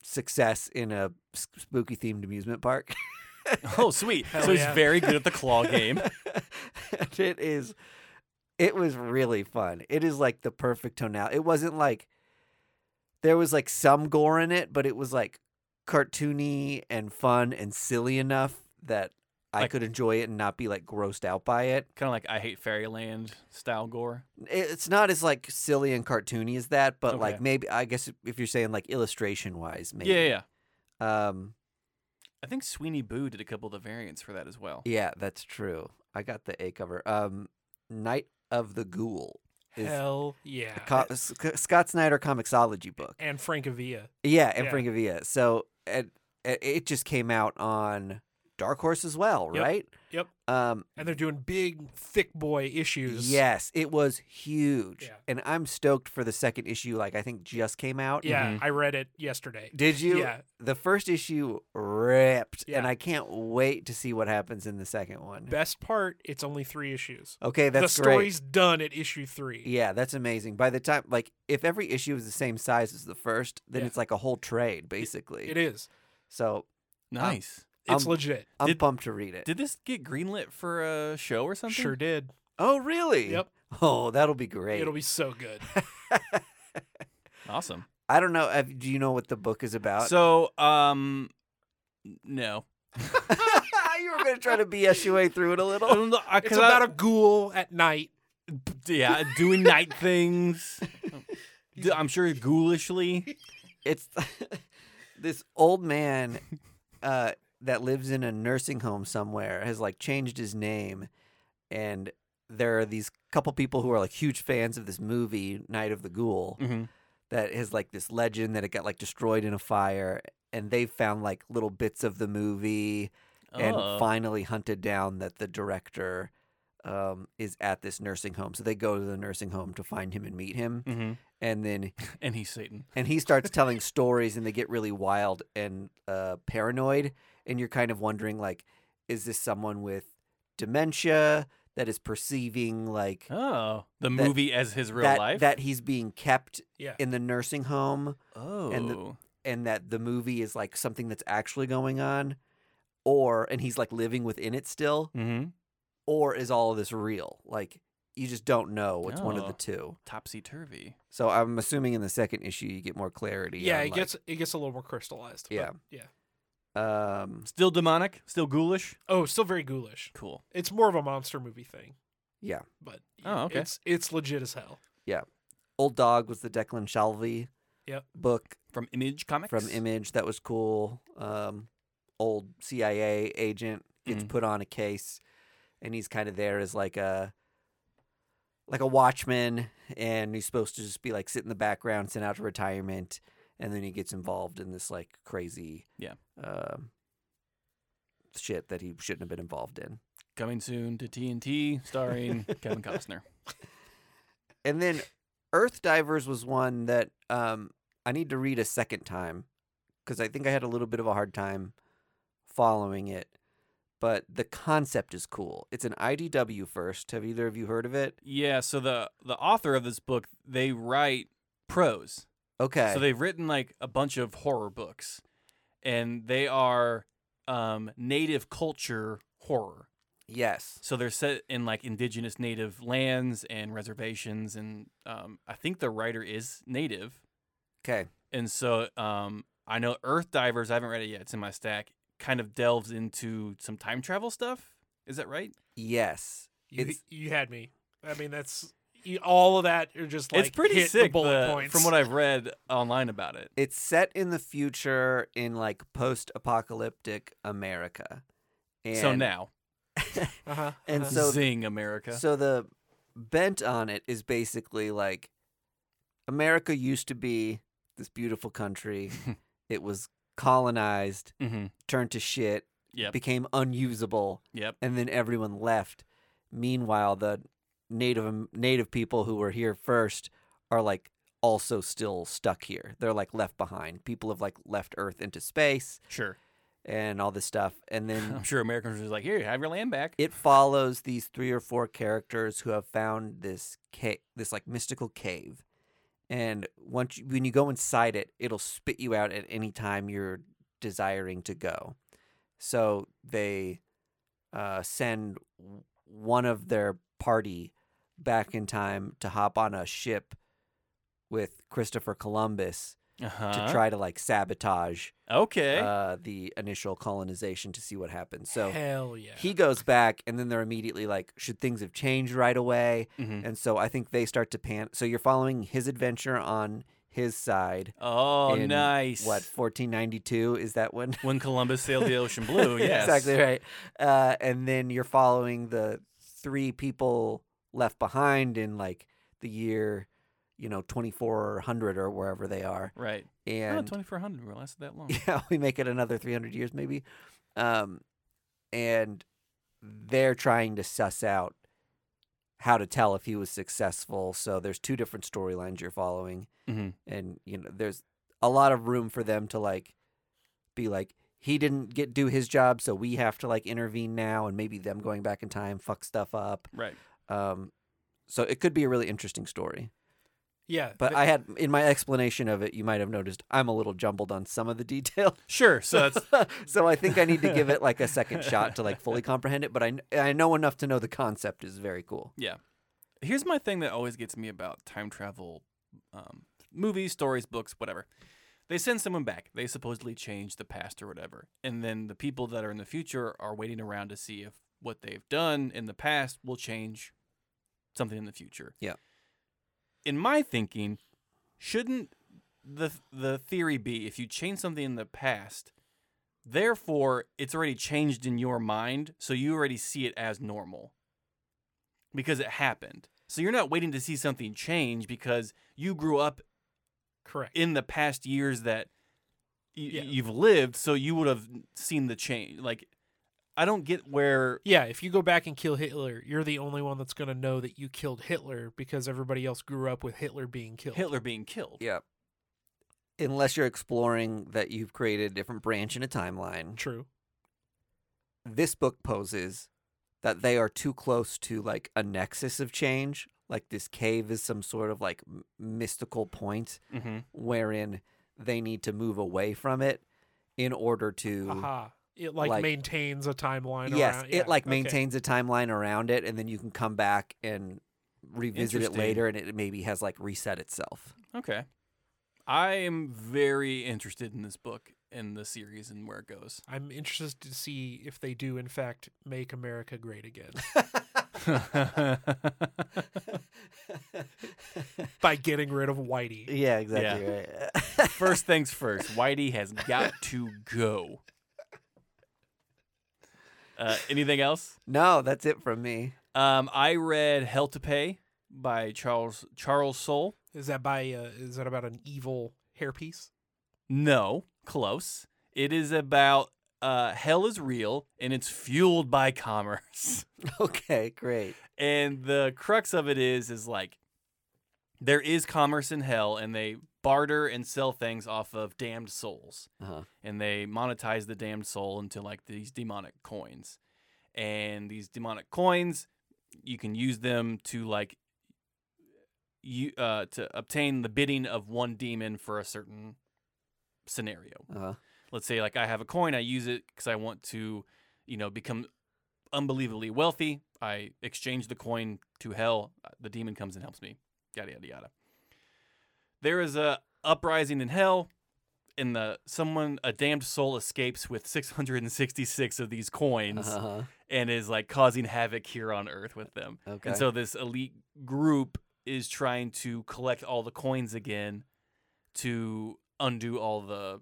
[SPEAKER 1] success in a spooky themed amusement park.
[SPEAKER 2] Oh, sweet.
[SPEAKER 3] Hell
[SPEAKER 2] so he's
[SPEAKER 3] yeah.
[SPEAKER 2] very good at the claw game.
[SPEAKER 1] And it is it was really fun. It is like the perfect tonality. It wasn't like there was like some gore in it, but it was like cartoony and fun and silly enough that I
[SPEAKER 2] Like-
[SPEAKER 1] could enjoy it and not be like grossed out by it.
[SPEAKER 2] kind of like I Hate Fairyland style gore.
[SPEAKER 1] It- It's not as like silly and cartoony as that, but like
[SPEAKER 2] Okay.
[SPEAKER 1] maybe I guess if you're saying like illustration wise, maybe.
[SPEAKER 2] Yeah, yeah, yeah.
[SPEAKER 1] Um
[SPEAKER 2] I think Sweeney Boo did a couple of the variants for that as well.
[SPEAKER 1] yeah, that's true. I got the A cover. Um Night of the Ghoul is
[SPEAKER 3] Hell yeah.
[SPEAKER 1] a co- S- Scott Snyder comicsology book.
[SPEAKER 3] and Francavilla.
[SPEAKER 1] Yeah, and
[SPEAKER 3] Yeah.
[SPEAKER 1] Francavilla. So and, and it just came out on Dark Horse as well,
[SPEAKER 3] Yep.
[SPEAKER 1] right?
[SPEAKER 3] Yep.
[SPEAKER 1] Um,
[SPEAKER 3] And they're doing big, thick boy issues.
[SPEAKER 1] yes, it was huge,
[SPEAKER 3] Yeah.
[SPEAKER 1] and I'm stoked for the second issue. Like I think just came out.
[SPEAKER 3] Yeah. I read it yesterday.
[SPEAKER 1] Mm-hmm. Did you?
[SPEAKER 3] Yeah.
[SPEAKER 1] The first issue ripped, and
[SPEAKER 3] Yeah.
[SPEAKER 1] I can't wait to see what happens in the second one.
[SPEAKER 3] Best part, it's only three issues.
[SPEAKER 1] Okay, that's
[SPEAKER 3] the
[SPEAKER 1] great.
[SPEAKER 3] story's done at issue three.
[SPEAKER 1] Yeah, that's amazing. By the time, like, if every issue is the same size as the first, then
[SPEAKER 3] Yeah.
[SPEAKER 1] it's like a whole trade, basically.
[SPEAKER 3] It is.
[SPEAKER 1] So
[SPEAKER 2] Nice.
[SPEAKER 3] It's
[SPEAKER 1] Um,
[SPEAKER 3] legit.
[SPEAKER 1] I'm
[SPEAKER 2] Did-
[SPEAKER 1] pumped to read it.
[SPEAKER 2] Did this get greenlit for a show or something?
[SPEAKER 3] Sure did.
[SPEAKER 1] Oh, really?
[SPEAKER 3] Yep.
[SPEAKER 1] Oh, that'll be great.
[SPEAKER 3] It'll be so good.
[SPEAKER 2] Awesome.
[SPEAKER 1] I don't know. Have, do you know what the book is
[SPEAKER 3] Uh,
[SPEAKER 1] about?
[SPEAKER 2] So, um, no.
[SPEAKER 1] you were going to try to BS your way through it a
[SPEAKER 2] I
[SPEAKER 1] little.
[SPEAKER 2] don't know, Oh, I-
[SPEAKER 3] It's
[SPEAKER 2] 'cause
[SPEAKER 3] about
[SPEAKER 2] I-
[SPEAKER 3] a ghoul at night.
[SPEAKER 2] yeah, doing night things. D- I'm sure ghoulishly.
[SPEAKER 1] It's this old man uh, that lives in a nursing home somewhere has like changed his name, and there are these couple people who are like huge fans of this movie, Night of the Ghoul.
[SPEAKER 3] Mm. Mm-hmm.
[SPEAKER 2] Mhm.
[SPEAKER 1] that has like this legend that it got like destroyed in a fire and they found like little bits of the movie
[SPEAKER 2] Oh.
[SPEAKER 1] and finally hunted down that the director um, is at this nursing home so they go to the nursing home to find him and meet him
[SPEAKER 2] Mhm.
[SPEAKER 1] and then
[SPEAKER 2] And he's Satan.
[SPEAKER 1] and he starts telling stories and they get really wild and uh, paranoid and you're kind of wondering like is this someone with dementia that is perceiving like
[SPEAKER 2] Oh, the movie as his real
[SPEAKER 1] that,
[SPEAKER 2] life.
[SPEAKER 1] that he's being kept
[SPEAKER 3] Yeah.
[SPEAKER 1] in the nursing home
[SPEAKER 2] oh,
[SPEAKER 1] and the- and that the movie is like something that's actually going on or and he's like living within it still
[SPEAKER 2] mm-hmm.
[SPEAKER 1] or is all of this real like you just don't know it's one of the
[SPEAKER 2] Oh.
[SPEAKER 1] two
[SPEAKER 2] topsy turvy.
[SPEAKER 1] so i'm assuming in the second issue you get more clarity
[SPEAKER 3] Yeah,
[SPEAKER 1] on,
[SPEAKER 3] it
[SPEAKER 1] like-
[SPEAKER 3] gets it gets a little more crystallized. but
[SPEAKER 1] Yeah.
[SPEAKER 3] yeah.
[SPEAKER 1] um
[SPEAKER 2] Still demonic. Still ghoulish.
[SPEAKER 3] Oh, still very ghoulish.
[SPEAKER 2] Cool.
[SPEAKER 3] It's more of a monster movie thing.
[SPEAKER 1] Yeah.
[SPEAKER 3] But
[SPEAKER 2] Oh, okay.
[SPEAKER 3] it's it's legit as hell.
[SPEAKER 1] old dog was the declan shalvey
[SPEAKER 3] Yep.
[SPEAKER 1] book
[SPEAKER 2] From Image Comics.
[SPEAKER 1] from image that was cool um old cia agent gets
[SPEAKER 2] Mm.
[SPEAKER 1] put on a case and he's kind of there as like a like a watchman and he's supposed to just be like sit in the background sent out to retirement and then he gets involved in this like crazy
[SPEAKER 2] Yeah.
[SPEAKER 1] um shit that he shouldn't have been involved in
[SPEAKER 2] Coming soon to TNT, starring Kevin Costner.
[SPEAKER 1] and then earth divers was one that um i need to read a second time because i think i had a little bit of a hard time following it but the concept is cool it's an idw first have either of you heard of it
[SPEAKER 2] Yeah. So the the author of this book, they write prose.
[SPEAKER 1] okay
[SPEAKER 2] So they've written like a bunch of horror books, and they are um, native culture horror.
[SPEAKER 1] yes
[SPEAKER 2] So they're set in like indigenous native lands and reservations, and um, I think the writer is native.
[SPEAKER 1] okay
[SPEAKER 2] And so um, I know Earth Divers. I haven't read it yet. It's in my stack. Kind of delves into some time travel stuff. Is that right?
[SPEAKER 1] Yes.
[SPEAKER 3] You
[SPEAKER 1] It's-
[SPEAKER 3] you had me. I mean that's you- all of that are just like
[SPEAKER 2] it's pretty
[SPEAKER 3] hit the
[SPEAKER 2] sick
[SPEAKER 3] bullet
[SPEAKER 2] the-
[SPEAKER 3] points.
[SPEAKER 2] from what I've read online about it.
[SPEAKER 1] It's set in the future in like post-apocalyptic America. And
[SPEAKER 2] so now,
[SPEAKER 3] uh-huh,
[SPEAKER 1] and
[SPEAKER 3] uh-huh.
[SPEAKER 1] so-
[SPEAKER 2] zing America.
[SPEAKER 1] So the bent on it is basically like America used to be this beautiful country. it was colonized,
[SPEAKER 2] hmm
[SPEAKER 1] turned to shit,
[SPEAKER 2] Yep.
[SPEAKER 1] became unusable,
[SPEAKER 2] Yep.
[SPEAKER 1] and then everyone left. Meanwhile, the native native people who were here first are like also still stuck here. They're like left behind. People have like left Earth into space
[SPEAKER 2] Sure.
[SPEAKER 1] and all this stuff. And then
[SPEAKER 2] I'm sure Americans are just like, here, have your land back.
[SPEAKER 1] it follows these three or four characters who have found this cave, this like mystical cave, and once you, when you go inside it, it'll spit you out at any time you're desiring to go. So they uh, send w- one of their party back in time to hop on a ship with Christopher Columbus
[SPEAKER 2] Uh-huh.
[SPEAKER 1] to try to like sabotage
[SPEAKER 2] okay.
[SPEAKER 1] uh, the initial colonization to see what happens. So
[SPEAKER 3] hell yeah,
[SPEAKER 1] he goes back and then they're immediately like should things have changed right away
[SPEAKER 2] Mhm.
[SPEAKER 1] and so i think they start to pan so you're following his adventure on his side
[SPEAKER 2] Oh,
[SPEAKER 1] in
[SPEAKER 2] nice.
[SPEAKER 1] what 1492 is that one
[SPEAKER 2] When Columbus sailed the ocean blue. Oh, Yes.
[SPEAKER 1] exactly right uh, and then you're following the three people left behind in like the year you know 2400 or wherever they are
[SPEAKER 2] Right. Oh,
[SPEAKER 1] and
[SPEAKER 2] 2400. We lasted that long.
[SPEAKER 1] yeah, we make it another 300 years maybe. Um, and they're trying to suss out how to tell if he was successful. So there's two different storylines you're following
[SPEAKER 2] hmm
[SPEAKER 1] and you know there's a lot of room for them to like be like he didn't get do his job, so we have to like intervene now and maybe them going back in time fuck stuff up.
[SPEAKER 2] Right.
[SPEAKER 1] Um so it could be a really interesting story.
[SPEAKER 3] yeah.
[SPEAKER 1] But
[SPEAKER 3] th-
[SPEAKER 1] I had in my explanation of it, you might have noticed I'm a little jumbled on some of the details.
[SPEAKER 2] Sure. So that's
[SPEAKER 1] so I think I need to give it like a second shot to like fully comprehend it. But I kn- I know enough to know the concept is very cool.
[SPEAKER 2] here's my thing that always gets me about time travel um, movies, stories, books, whatever. They send someone back. They supposedly change the past or whatever. And then the people that are in the future are waiting around to see if what they've done in the past will change something in the future.
[SPEAKER 1] Yeah.
[SPEAKER 2] In my thinking, shouldn't the the theory be if you change something in the past, therefore it's already changed in your mind, so you already see it as normal because it happened. So you're not waiting to see something change because you grew up
[SPEAKER 3] correct.
[SPEAKER 2] in the past years that y-
[SPEAKER 3] Yeah.
[SPEAKER 2] you've lived, so you would have seen the change. Like, I don't get where.
[SPEAKER 3] yeah, if you go back and kill Hitler, you're the only one that's going to know that you killed Hitler because everybody else grew up with Hitler being killed.
[SPEAKER 2] Hitler being killed.
[SPEAKER 1] Yeah. Unless you're exploring that you've created a different branch in a timeline,
[SPEAKER 3] True.
[SPEAKER 1] this book poses that they are too close to like a nexus of change. Like this cave is some sort of like m- mystical point
[SPEAKER 2] Mm-hmm.
[SPEAKER 1] wherein they need to move away from it in order to.
[SPEAKER 3] Aha. Uh-huh. It like,
[SPEAKER 1] Like-
[SPEAKER 3] maintains a timeline.
[SPEAKER 1] yes,
[SPEAKER 3] around- yeah,
[SPEAKER 1] it like
[SPEAKER 3] okay.
[SPEAKER 1] maintains a timeline around it, and then you can come back and revisit it
[SPEAKER 2] Interesting.
[SPEAKER 1] later, and it maybe has like reset itself.
[SPEAKER 2] Okay. I am very interested in this book and the series and where it goes.
[SPEAKER 3] I'm interested to see if they do in fact make America great again by getting rid of Whitey.
[SPEAKER 1] yeah, exactly right.
[SPEAKER 2] first things first, Whitey has got to go. Uh, anything else?
[SPEAKER 1] no, that's it from me.
[SPEAKER 2] Um, I read Hell to Pay by Charles Charles Soule.
[SPEAKER 3] Is that by uh, is that about an evil hairpiece?
[SPEAKER 2] No, close. It is about uh, hell is real and it's fueled by commerce.
[SPEAKER 1] Okay, great.
[SPEAKER 2] and the crux of it is is like there is commerce in hell and they barter and sell things off of damned souls.
[SPEAKER 1] Uh-huh.
[SPEAKER 2] and they monetize the damned soul into like these demonic coins. And these demonic coins, you can use them to like you uh to obtain the bidding of one demon for a certain scenario.
[SPEAKER 1] Uh-huh.
[SPEAKER 2] Let's say like I have a coin, I use it cuz I want to, you know, become unbelievably wealthy. I exchange the coin to hell. uh, The demon comes and helps me. Yada yada yada. There is a uprising in hell and the someone a damned soul escapes with 666 of these coins
[SPEAKER 1] Uh-huh.
[SPEAKER 2] and is like causing havoc here on earth with them
[SPEAKER 1] Okay.
[SPEAKER 2] and so this elite group is trying to collect all the coins again to undo all the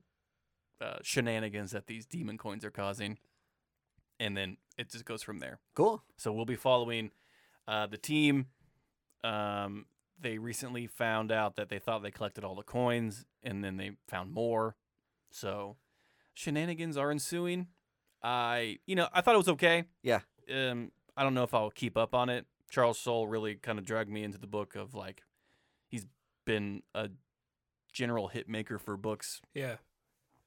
[SPEAKER 2] uh, shenanigans that these demon coins are causing. And then it just goes from there.
[SPEAKER 1] Cool.
[SPEAKER 2] So we'll be following uh, the team. Um, they recently found out that they thought they collected all the coins, and then they found more. So shenanigans are ensuing. I, you know, I thought it was okay.
[SPEAKER 1] Yeah.
[SPEAKER 2] Um, I don't know if I'll keep up on it. Charles Soule really kind of dragged me into the book of like, he's been a general hit maker for books,
[SPEAKER 3] Yeah.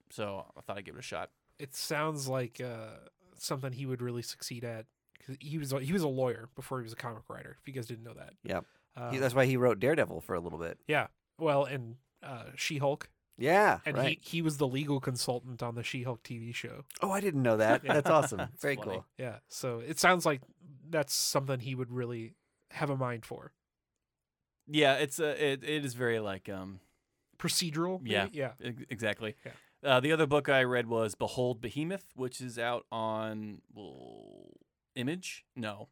[SPEAKER 2] so I thought I'd give it a shot.
[SPEAKER 3] It sounds like uh, something he would really succeed at. 'Cause he was a- he was a lawyer before he was a comic writer. If you guys didn't know that.
[SPEAKER 1] Yep.
[SPEAKER 3] Uh,
[SPEAKER 1] He, that's why he wrote Daredevil for a little bit.
[SPEAKER 3] well, and uh, She Hulk,
[SPEAKER 1] Yeah.
[SPEAKER 3] and
[SPEAKER 1] right.
[SPEAKER 3] he he was the legal consultant on the She Hulk TV show.
[SPEAKER 1] oh, I didn't know that.
[SPEAKER 2] Yeah.
[SPEAKER 1] That's awesome.
[SPEAKER 2] It's
[SPEAKER 1] Very
[SPEAKER 2] funny.
[SPEAKER 1] cool.
[SPEAKER 3] Yeah. So it sounds like that's something he would really have a mind for.
[SPEAKER 2] Yeah, it's a it, it is very like um
[SPEAKER 3] Procedural. maybe?
[SPEAKER 2] Yeah.
[SPEAKER 3] Yeah.
[SPEAKER 2] Ex- Exactly.
[SPEAKER 3] Yeah.
[SPEAKER 2] Uh, the other book I read was Behold Behemoth, which is out on well, Image. No.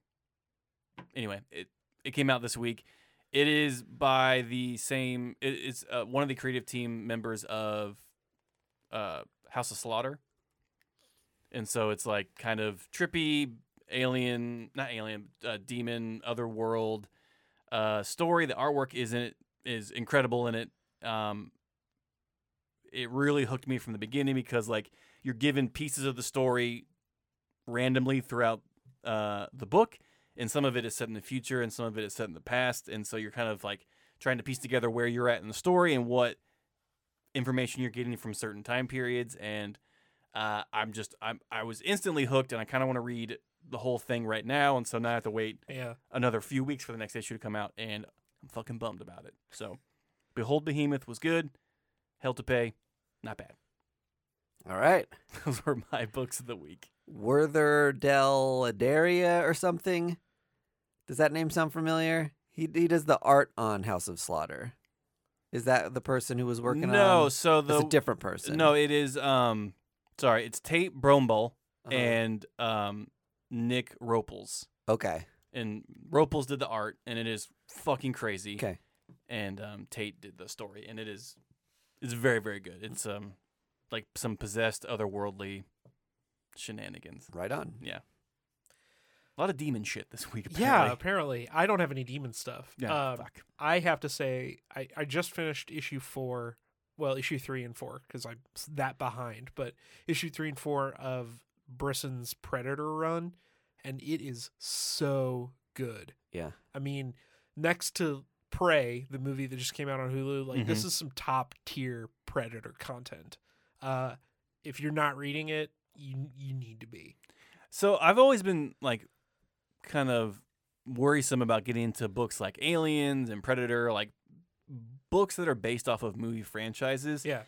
[SPEAKER 2] Anyway, it it came out this week. It is by the same. It, it's uh, one of the creative team members of uh, House of Slaughter, and so it's like kind of trippy alien, not alien, uh, demon, otherworld uh, story. The artwork is in it is incredible in it. Um, it really hooked me from the beginning because like you're given pieces of the story randomly throughout uh, the book and some of it is set in the future and some of it is set in the past and so you're kind of like trying to piece together where you're at in the story and what information you're getting from certain time periods and uh, i'm just I'm, i was instantly hooked and i kind of want to read the whole thing right now and so now i have to wait
[SPEAKER 3] Yeah.
[SPEAKER 2] another few weeks for the next issue to come out, and I'm fucking bummed about it. So, Behold Behemoth was good. Hell to Pay, not bad.
[SPEAKER 1] All right.
[SPEAKER 2] Those were my books of the week.
[SPEAKER 1] Werther Del Adaria or something. Does that name sound familiar? He he does the art on House of Slaughter. Is that the person who was working
[SPEAKER 2] no,
[SPEAKER 1] on?
[SPEAKER 2] so the
[SPEAKER 1] it's a different person.
[SPEAKER 2] no, it is um, sorry, it's Tate Bromble
[SPEAKER 1] Uh-huh.
[SPEAKER 2] and um Nick Roples,
[SPEAKER 1] okay,
[SPEAKER 2] and Roples did the art, and it is fucking crazy.
[SPEAKER 1] okay,
[SPEAKER 2] and um, Tate did the story, and it is it's very very good. It's um like some possessed otherworldly shenanigans.
[SPEAKER 1] right on.
[SPEAKER 2] A lot of demon shit this week. Apparently.
[SPEAKER 3] Yeah,
[SPEAKER 2] Uh,
[SPEAKER 3] apparently. I don't have any demon stuff.
[SPEAKER 2] Yeah.
[SPEAKER 3] Um,
[SPEAKER 2] fuck.
[SPEAKER 3] I have to say, I, I just finished issue four, well, issue three and four, because I'm s- that behind, but issue three and four of Brisson's Predator run, and it is so good.
[SPEAKER 1] Yeah.
[SPEAKER 3] I mean, next to Prey, the movie that just came out on Hulu, like
[SPEAKER 1] Mm-hmm.
[SPEAKER 3] this is some top tier Predator content. Uh, if you're not reading it, you you need to be.
[SPEAKER 2] So I've always been like kind of worrisome about getting into books like Aliens and Predator, like books that are based off of movie franchises.
[SPEAKER 3] Yeah.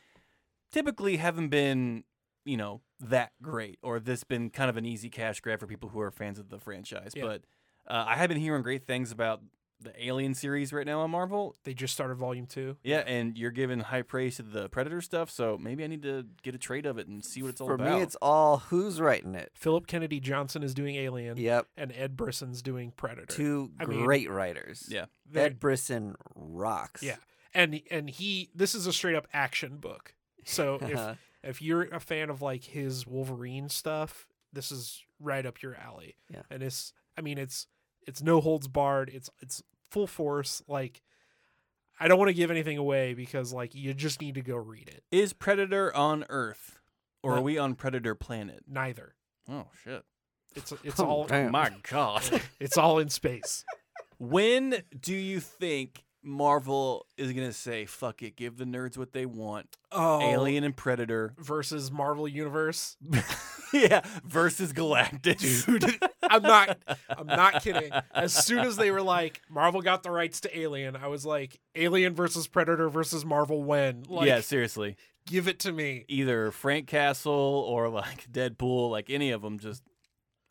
[SPEAKER 2] Typically haven't been, you know, that great or this been kind of an easy cash grab for people who are fans of the franchise.
[SPEAKER 3] Yeah.
[SPEAKER 2] But uh, I have been hearing great things about the Alien series right now on Marvel.
[SPEAKER 3] They just started volume two.
[SPEAKER 2] Yeah, and you're giving high praise to the Predator stuff, so maybe I need to get a trade of it and see what it's all
[SPEAKER 1] For
[SPEAKER 2] about.
[SPEAKER 1] me, it's all who's writing it.
[SPEAKER 3] Philip Kennedy Johnson is doing Alien,
[SPEAKER 1] Yep,
[SPEAKER 3] and Ed Brisson's doing Predator.
[SPEAKER 1] two
[SPEAKER 3] I mean-
[SPEAKER 1] great writers.
[SPEAKER 2] Yeah.
[SPEAKER 3] They're-
[SPEAKER 1] Ed Brisson rocks.
[SPEAKER 3] Yeah. and and he this is a straight up action book. So Oh,
[SPEAKER 1] Uh-huh.
[SPEAKER 3] if if you're a fan of like his Wolverine stuff, this is right up your alley.
[SPEAKER 1] Yeah.
[SPEAKER 3] And it's I mean it's it's no holds barred. It's it's full force. Like I don't want to give anything away because like you just need to go read it.
[SPEAKER 2] Is Predator on Earth, or
[SPEAKER 3] Uh,
[SPEAKER 2] are we on Predator planet?
[SPEAKER 3] Neither.
[SPEAKER 2] Oh shit!
[SPEAKER 3] It's it's all
[SPEAKER 1] Oh, Damn.
[SPEAKER 2] My God,
[SPEAKER 3] it's all in space.
[SPEAKER 2] when do you think Marvel is gonna say "fuck it"? Give the nerds what they want.
[SPEAKER 3] Oh,
[SPEAKER 2] Alien and Predator,
[SPEAKER 3] versus Marvel Universe.
[SPEAKER 2] yeah, versus Galactus.
[SPEAKER 3] I'm not I'm not kidding. As soon as they were like Marvel got the rights to Alien, I was like Alien versus Predator versus Marvel when? Like
[SPEAKER 2] yeah, seriously.
[SPEAKER 3] give it to me.
[SPEAKER 2] Either Frank Castle or like Deadpool, like any of them, just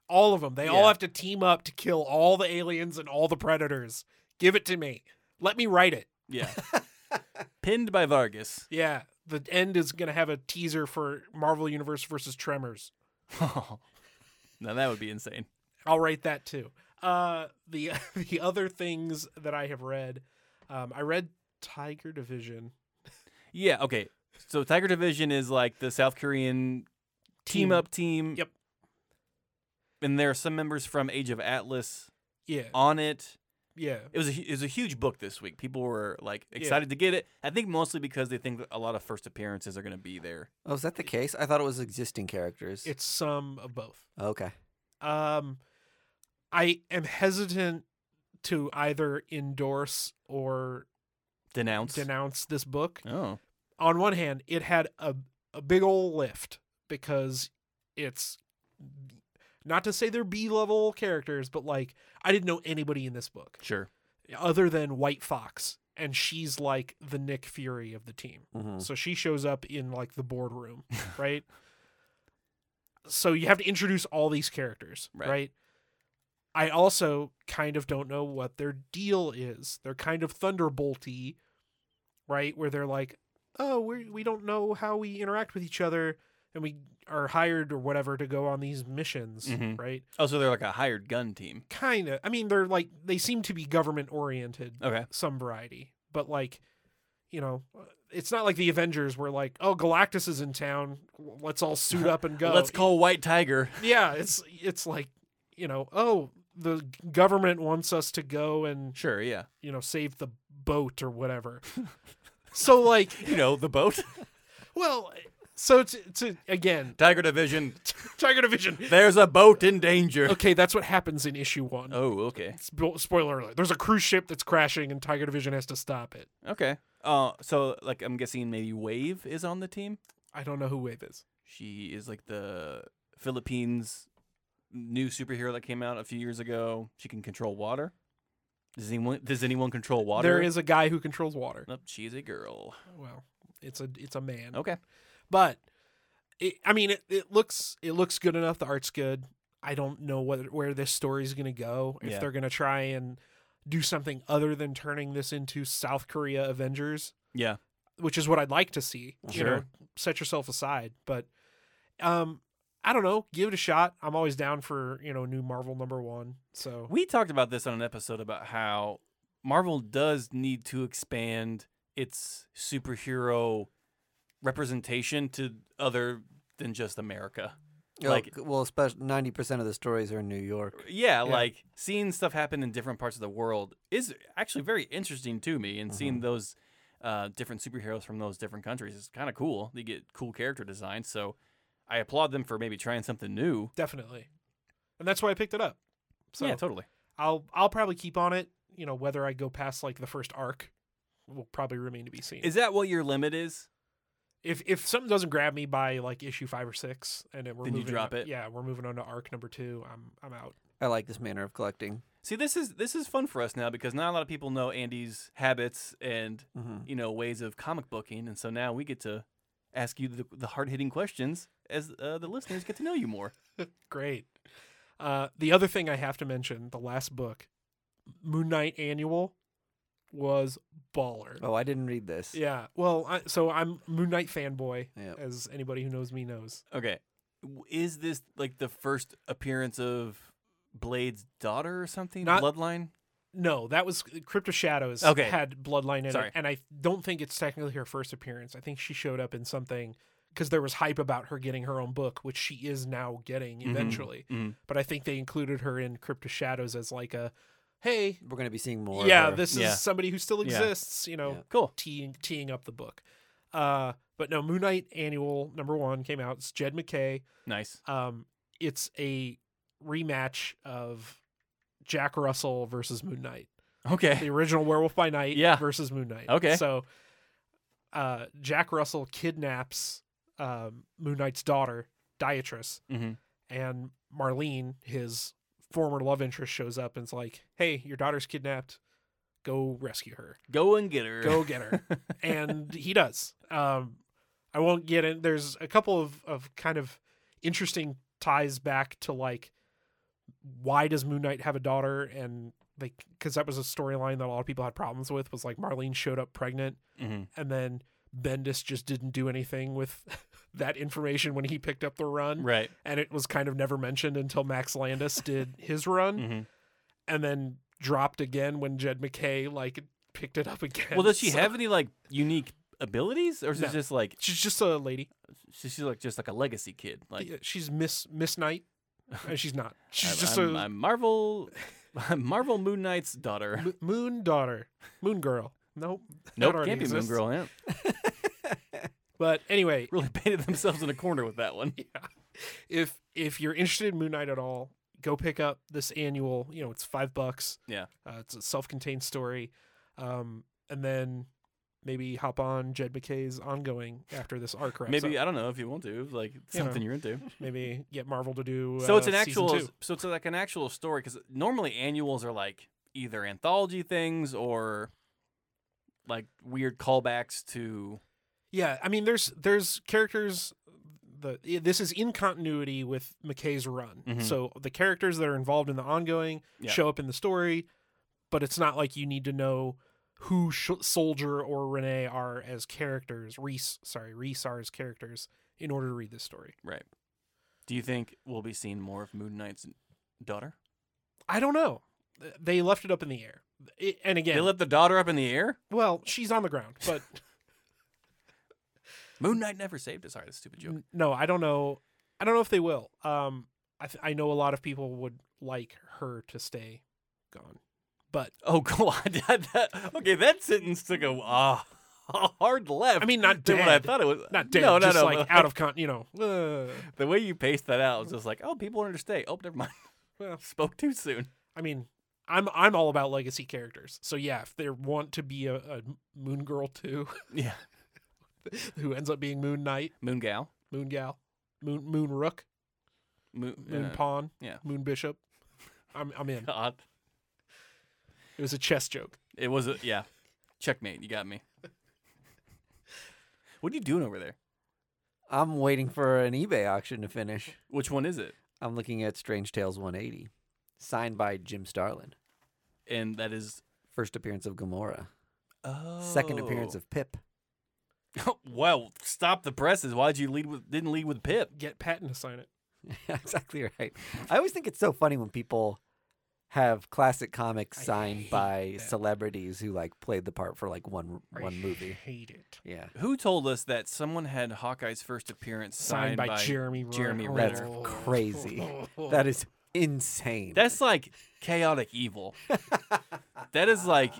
[SPEAKER 3] All of them. They all
[SPEAKER 2] Yeah.
[SPEAKER 3] have to team up to kill all the aliens and all the predators. Give it to me. Let me write it.
[SPEAKER 2] yeah. Pinned by Vargas.
[SPEAKER 3] Yeah. The end is going to have a teaser for Marvel Universe versus Tremors.
[SPEAKER 2] now that would be insane.
[SPEAKER 3] I'll write that too. Uh, the the other things that I have read, um, I read Tiger Division
[SPEAKER 2] Yeah. Okay. So Tiger Division is like the South Korean team, up team.
[SPEAKER 3] Yep.
[SPEAKER 2] And there are some members from Age of Atlas
[SPEAKER 3] Yeah,
[SPEAKER 2] on it.
[SPEAKER 3] yeah,
[SPEAKER 2] It was a, hu- it was a huge book this week. People were like
[SPEAKER 3] Yeah.
[SPEAKER 2] excited to get it. I think mostly because they think that a lot of first appearances are going to be there.
[SPEAKER 1] Oh, is that the case? I thought it was existing characters.
[SPEAKER 3] it's some of both.
[SPEAKER 1] okay.
[SPEAKER 3] Um, I am hesitant to either endorse or
[SPEAKER 2] Denounce.
[SPEAKER 3] denounce this book.
[SPEAKER 2] oh.
[SPEAKER 3] on one hand, it had a a big old lift because it's not to say they're B level characters, but like I didn't know anybody in this book
[SPEAKER 2] Sure.
[SPEAKER 3] other than White Fox, and she's like the Nick Fury of the team.
[SPEAKER 1] hmm
[SPEAKER 3] So she shows up in like the boardroom, right? so you have to introduce all these characters,
[SPEAKER 2] Right.
[SPEAKER 3] right. I also kind of don't know what their deal is. They're kind of thunderbolty, right? Where they're like, "Oh, we we don't know how we interact with each other and we are hired or whatever to go on these missions,
[SPEAKER 2] Mhm.
[SPEAKER 3] right?"
[SPEAKER 2] Oh, so they're like a hired gun team.
[SPEAKER 3] Kind of. I mean, they're like they seem to be government oriented
[SPEAKER 2] Okay.
[SPEAKER 3] some variety. But like, you know, it's not like the Avengers were like, "Oh, Galactus is in town. Let's all suit up and go."
[SPEAKER 2] Let's call White Tiger.
[SPEAKER 3] Yeah, it's it's like, you know, oh, the government wants us to go and
[SPEAKER 2] Sure. Yeah.
[SPEAKER 3] you know save the boat or whatever. so like,
[SPEAKER 2] You know the boat.
[SPEAKER 3] well, so to, to again,
[SPEAKER 2] Tiger Division.
[SPEAKER 3] Tiger Division.
[SPEAKER 2] There's a boat in danger.
[SPEAKER 3] Okay, that's what happens in issue one.
[SPEAKER 2] Oh. Okay.
[SPEAKER 3] Spo- Spoiler alert: There's a cruise ship that's crashing, and Tiger Division has to stop it.
[SPEAKER 2] Okay. Uh, so like I'm guessing maybe Wave is on the team.
[SPEAKER 3] I don't know who Wave is.
[SPEAKER 2] She is like the Philippines new superhero that came out a few years ago. She can control water. Does anyone does anyone control water?
[SPEAKER 3] There is a guy who controls water.
[SPEAKER 2] Nope, she's a girl.
[SPEAKER 3] well it's a it's a man
[SPEAKER 2] Okay.
[SPEAKER 3] but it, i mean it, it looks it looks good enough the art's good i don't know what where this story's going to go if
[SPEAKER 2] Yeah.
[SPEAKER 3] they're going to try and do something other than turning this into south korea avengers
[SPEAKER 2] Yeah.
[SPEAKER 3] which is what i'd like to see you know
[SPEAKER 2] Sure.
[SPEAKER 3] set yourself aside but um i don't know give it a shot i'm always down for you know new marvel number one so
[SPEAKER 2] We talked about this on an episode about how Marvel does need to expand its superhero representation to other than just America. Like-
[SPEAKER 1] Like, well, especially ninety percent of the stories are in New York.
[SPEAKER 2] yeah,
[SPEAKER 3] Yeah.
[SPEAKER 2] like seeing stuff happen in different parts of the world is actually very interesting to me, and seeing those uh, different superheroes from those different countries is kind of cool. They get cool character designs, so I applaud them for maybe trying something new.
[SPEAKER 3] definitely and that's why i picked it up so
[SPEAKER 2] yeah, totally.
[SPEAKER 3] I'll I'll probably keep on it. You know, whether I go past like the first arc will probably remain to be seen.
[SPEAKER 2] Is that what your limit is?
[SPEAKER 3] if if something doesn't grab me by like issue five or six, and it, we're
[SPEAKER 2] Then you
[SPEAKER 3] moving
[SPEAKER 2] drop
[SPEAKER 3] on-
[SPEAKER 2] it.
[SPEAKER 3] Yeah, we're moving on to arc number two. I'm I'm out.
[SPEAKER 1] I like this manner of collecting.
[SPEAKER 2] See, this is this is fun for us now because not a lot of people know Andy's habits and
[SPEAKER 1] hmm
[SPEAKER 2] you know ways of comic booking, and so now we get to ask you the, the hard hitting questions as uh, the listeners get to know you more.
[SPEAKER 3] Great. Uh, the other thing I have to mention, the last book, Moon Knight Annual, was baller.
[SPEAKER 1] Oh, I didn't read this.
[SPEAKER 3] Yeah. Well, I, so I'm Moon Knight fanboy,
[SPEAKER 1] Yep.
[SPEAKER 3] as anybody who knows me knows.
[SPEAKER 2] Okay. W- Is this like the first appearance of Blade's daughter or something?
[SPEAKER 3] Not-
[SPEAKER 2] Bloodline?
[SPEAKER 3] No, that was Crypt of Shadows.
[SPEAKER 2] Okay.
[SPEAKER 3] had Bloodline in
[SPEAKER 2] Sorry.
[SPEAKER 3] it, and I don't think it's technically her first appearance. I think she showed up in something because there was hype about her getting her own book, which she is now getting
[SPEAKER 2] Mhm.
[SPEAKER 3] eventually. But I think they included her in Crypt of Shadows as like a, hey,
[SPEAKER 1] We're gonna be seeing more. of
[SPEAKER 3] yeah,
[SPEAKER 1] her.
[SPEAKER 3] this
[SPEAKER 2] Yeah.
[SPEAKER 3] is somebody who still
[SPEAKER 2] Yeah.
[SPEAKER 3] exists. You know,
[SPEAKER 1] Yeah.
[SPEAKER 2] Cool.
[SPEAKER 3] teeing teeing up the book. Uh, but no, Moon Knight Annual number one came out. It's Jed McKay.
[SPEAKER 2] Nice.
[SPEAKER 3] Um, it's a rematch of Jack Russell versus Moon Knight the
[SPEAKER 2] Okay.
[SPEAKER 3] original Werewolf by Night
[SPEAKER 2] Yeah.
[SPEAKER 3] versus Moon Knight.
[SPEAKER 2] Okay.
[SPEAKER 3] So uh, Jack Russell kidnaps um, Moon Knight's daughter, Diatrice,
[SPEAKER 2] Mhm.
[SPEAKER 3] and Marlene, his former love interest, shows up and's like, hey, your daughter's kidnapped. Go rescue her.
[SPEAKER 2] Go and get her.
[SPEAKER 3] Go get her. and he does. Um, I won't get in. There's a couple of, of kind of interesting ties back to like, why does Moon Knight have a daughter? And like, because that was a storyline that a lot of people had problems with was like Marlene showed up pregnant
[SPEAKER 2] Mhm.
[SPEAKER 3] and then Bendis just didn't do anything with that information when he picked up the run.
[SPEAKER 2] Right.
[SPEAKER 3] And it was kind of never mentioned until Max Landis did his run
[SPEAKER 2] Mhm.
[SPEAKER 3] and then dropped again when Jed McKay like picked it up again.
[SPEAKER 2] Well, does she
[SPEAKER 3] So-
[SPEAKER 2] have any like unique abilities, or is
[SPEAKER 3] No.
[SPEAKER 2] it just like
[SPEAKER 3] She's just a lady.
[SPEAKER 2] she- she's like just like a legacy kid? Like
[SPEAKER 3] Yeah, she's Miss Miss Knight. Uh, she's not. She's
[SPEAKER 2] I'm,
[SPEAKER 3] just
[SPEAKER 2] I'm,
[SPEAKER 3] a
[SPEAKER 2] I'm Marvel, I'm Marvel Moon Knight's daughter.
[SPEAKER 3] mo- moon daughter, moon girl. Nope. that
[SPEAKER 2] Nope,
[SPEAKER 3] already
[SPEAKER 2] can't be Moon
[SPEAKER 3] exists.
[SPEAKER 2] Girl. Yeah.
[SPEAKER 3] But anyway,
[SPEAKER 2] Really painted themselves in a corner with that one.
[SPEAKER 3] if if you're interested in Moon Knight at all, go pick up this annual. You know, it's five bucks.
[SPEAKER 2] Yeah.
[SPEAKER 3] uh, it's a self-contained story, um, and then maybe hop on Jed McKay's ongoing after this arc wraps
[SPEAKER 2] Maybe
[SPEAKER 3] up.
[SPEAKER 2] I don't know if you want to, like it's
[SPEAKER 3] You know.
[SPEAKER 2] something you're into.
[SPEAKER 3] maybe get Marvel to do.
[SPEAKER 2] So
[SPEAKER 3] uh,
[SPEAKER 2] it's an
[SPEAKER 3] season
[SPEAKER 2] actual,
[SPEAKER 3] two.
[SPEAKER 2] so it's like an actual story because normally annuals are like either anthology things or like weird callbacks to.
[SPEAKER 3] Yeah, I mean, there's there's characters. The i- this is in continuity with McKay's run,
[SPEAKER 2] Mhm.
[SPEAKER 3] so the characters that are involved in the ongoing
[SPEAKER 2] Yeah.
[SPEAKER 3] show up in the story, but it's not like you need to know who Sh- Soldier or Renee are as characters. Reese, sorry, Reese are as characters in order to read this story.
[SPEAKER 2] Do you think we'll be seeing more of Moon Knight's daughter?
[SPEAKER 3] I don't know. Th- They left it up in the air, I and again,
[SPEAKER 2] They let the daughter up in the air.
[SPEAKER 3] well, she's on the ground, but
[SPEAKER 2] Moon Knight never saved us. Sorry, that's a stupid joke.
[SPEAKER 3] N- No, I don't know. I don't know if they will. Um, I th- I know a lot of people would like her to stay gone, but
[SPEAKER 2] Oh God! that- okay, that sentence took a uh, hard left.
[SPEAKER 3] I mean, not
[SPEAKER 2] than what I
[SPEAKER 3] dead.
[SPEAKER 2] thought it was.
[SPEAKER 3] not dead.
[SPEAKER 2] Uh, No, no,
[SPEAKER 3] just
[SPEAKER 2] no.
[SPEAKER 3] like
[SPEAKER 2] but
[SPEAKER 3] out of con. You know, uh,
[SPEAKER 2] the way you paced that out was just like, oh, people wanted to stay. Oh, never mind.
[SPEAKER 3] Well.
[SPEAKER 2] Spoke too soon.
[SPEAKER 3] I mean, I'm I'm all about legacy characters. So yeah, if they want to be a, a Moon Girl too,
[SPEAKER 2] Yeah.
[SPEAKER 3] who ends up being Moon Knight,
[SPEAKER 2] Moon Gal.
[SPEAKER 3] Moon Gal, Moon Moon Rook,
[SPEAKER 2] Moon.
[SPEAKER 3] Moon
[SPEAKER 2] uh,
[SPEAKER 3] Pawn,
[SPEAKER 2] yeah.
[SPEAKER 3] Moon Bishop, I'm I'm in.
[SPEAKER 2] God.
[SPEAKER 3] It was a chess joke.
[SPEAKER 2] It was a yeah. Checkmate. You got me. what are you doing over there?
[SPEAKER 1] I'm waiting for an eBay auction to finish.
[SPEAKER 2] Which one is it?
[SPEAKER 1] I'm looking at Strange Tales 180, signed by Jim Starlin.
[SPEAKER 2] And that is
[SPEAKER 1] First appearance of Gamora.
[SPEAKER 2] oh.
[SPEAKER 1] Second appearance of Pip.
[SPEAKER 2] well, stop the presses. Why'd you lead with? Didn't lead with Pip.
[SPEAKER 3] Get Patton to sign it.
[SPEAKER 1] exactly right. I always think it's so funny when people have classic comics
[SPEAKER 3] I
[SPEAKER 1] signed
[SPEAKER 3] hate
[SPEAKER 1] by
[SPEAKER 3] that.
[SPEAKER 1] celebrities who like played the part for like one
[SPEAKER 3] I
[SPEAKER 1] one movie.
[SPEAKER 3] Hate it.
[SPEAKER 1] Yeah.
[SPEAKER 2] Who told us that someone had Hawkeye's first appearance
[SPEAKER 3] Signed, by, Jeremy.
[SPEAKER 2] Jeremy
[SPEAKER 3] Renner. Oh,
[SPEAKER 1] That's
[SPEAKER 2] Renner.
[SPEAKER 1] crazy. That is insane.
[SPEAKER 2] That's like chaotic evil. that is like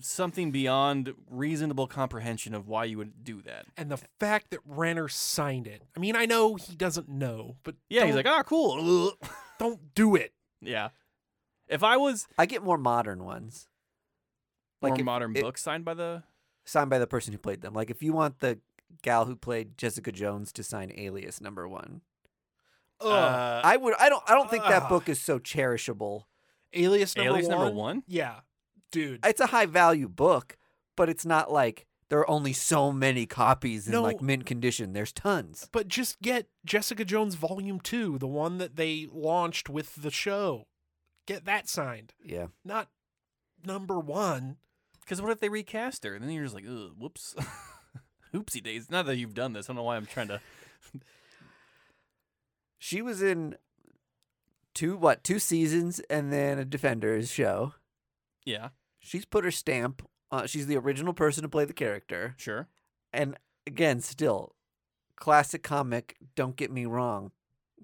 [SPEAKER 2] something beyond reasonable comprehension of why you would do that.
[SPEAKER 3] and the fact that Renner signed it. I mean, I know he doesn't know, but
[SPEAKER 2] Yeah, he's
[SPEAKER 3] don't-
[SPEAKER 2] like, "Oh." ah, cool.
[SPEAKER 3] don't do it.
[SPEAKER 2] yeah. If I was
[SPEAKER 1] I get more modern ones.
[SPEAKER 2] more
[SPEAKER 1] if-
[SPEAKER 2] modern
[SPEAKER 1] it-
[SPEAKER 2] book signed by the
[SPEAKER 1] signed by the person who played them. Like if you want the gal who played Jessica Jones to sign Alias number 1.
[SPEAKER 3] Ugh.
[SPEAKER 2] uh,
[SPEAKER 1] I would I don't I don't think that
[SPEAKER 3] Ugh.
[SPEAKER 1] book is so cherishable.
[SPEAKER 3] Alias number
[SPEAKER 2] Alias
[SPEAKER 3] one.
[SPEAKER 2] number one.
[SPEAKER 3] Yeah, dude.
[SPEAKER 1] It's a high value book, but it's not like there are only so many copies in
[SPEAKER 3] No.
[SPEAKER 1] like mint condition. There's tons.
[SPEAKER 3] but just get Jessica Jones Volume Two, the one that they launched with the show. Get that signed,
[SPEAKER 1] Yeah.
[SPEAKER 3] not number one.
[SPEAKER 2] Because what if they recast her? And then you're just like, Ugh, whoops, oopsie days. Not that you've done this. I don't know why I'm trying to.
[SPEAKER 1] She was in two what, two seasons and then a Defenders show.
[SPEAKER 2] Yeah,
[SPEAKER 1] She's put her stamp uh, she's the original person to play the character.
[SPEAKER 2] sure.
[SPEAKER 1] and again, still classic comic. Don't get me wrong,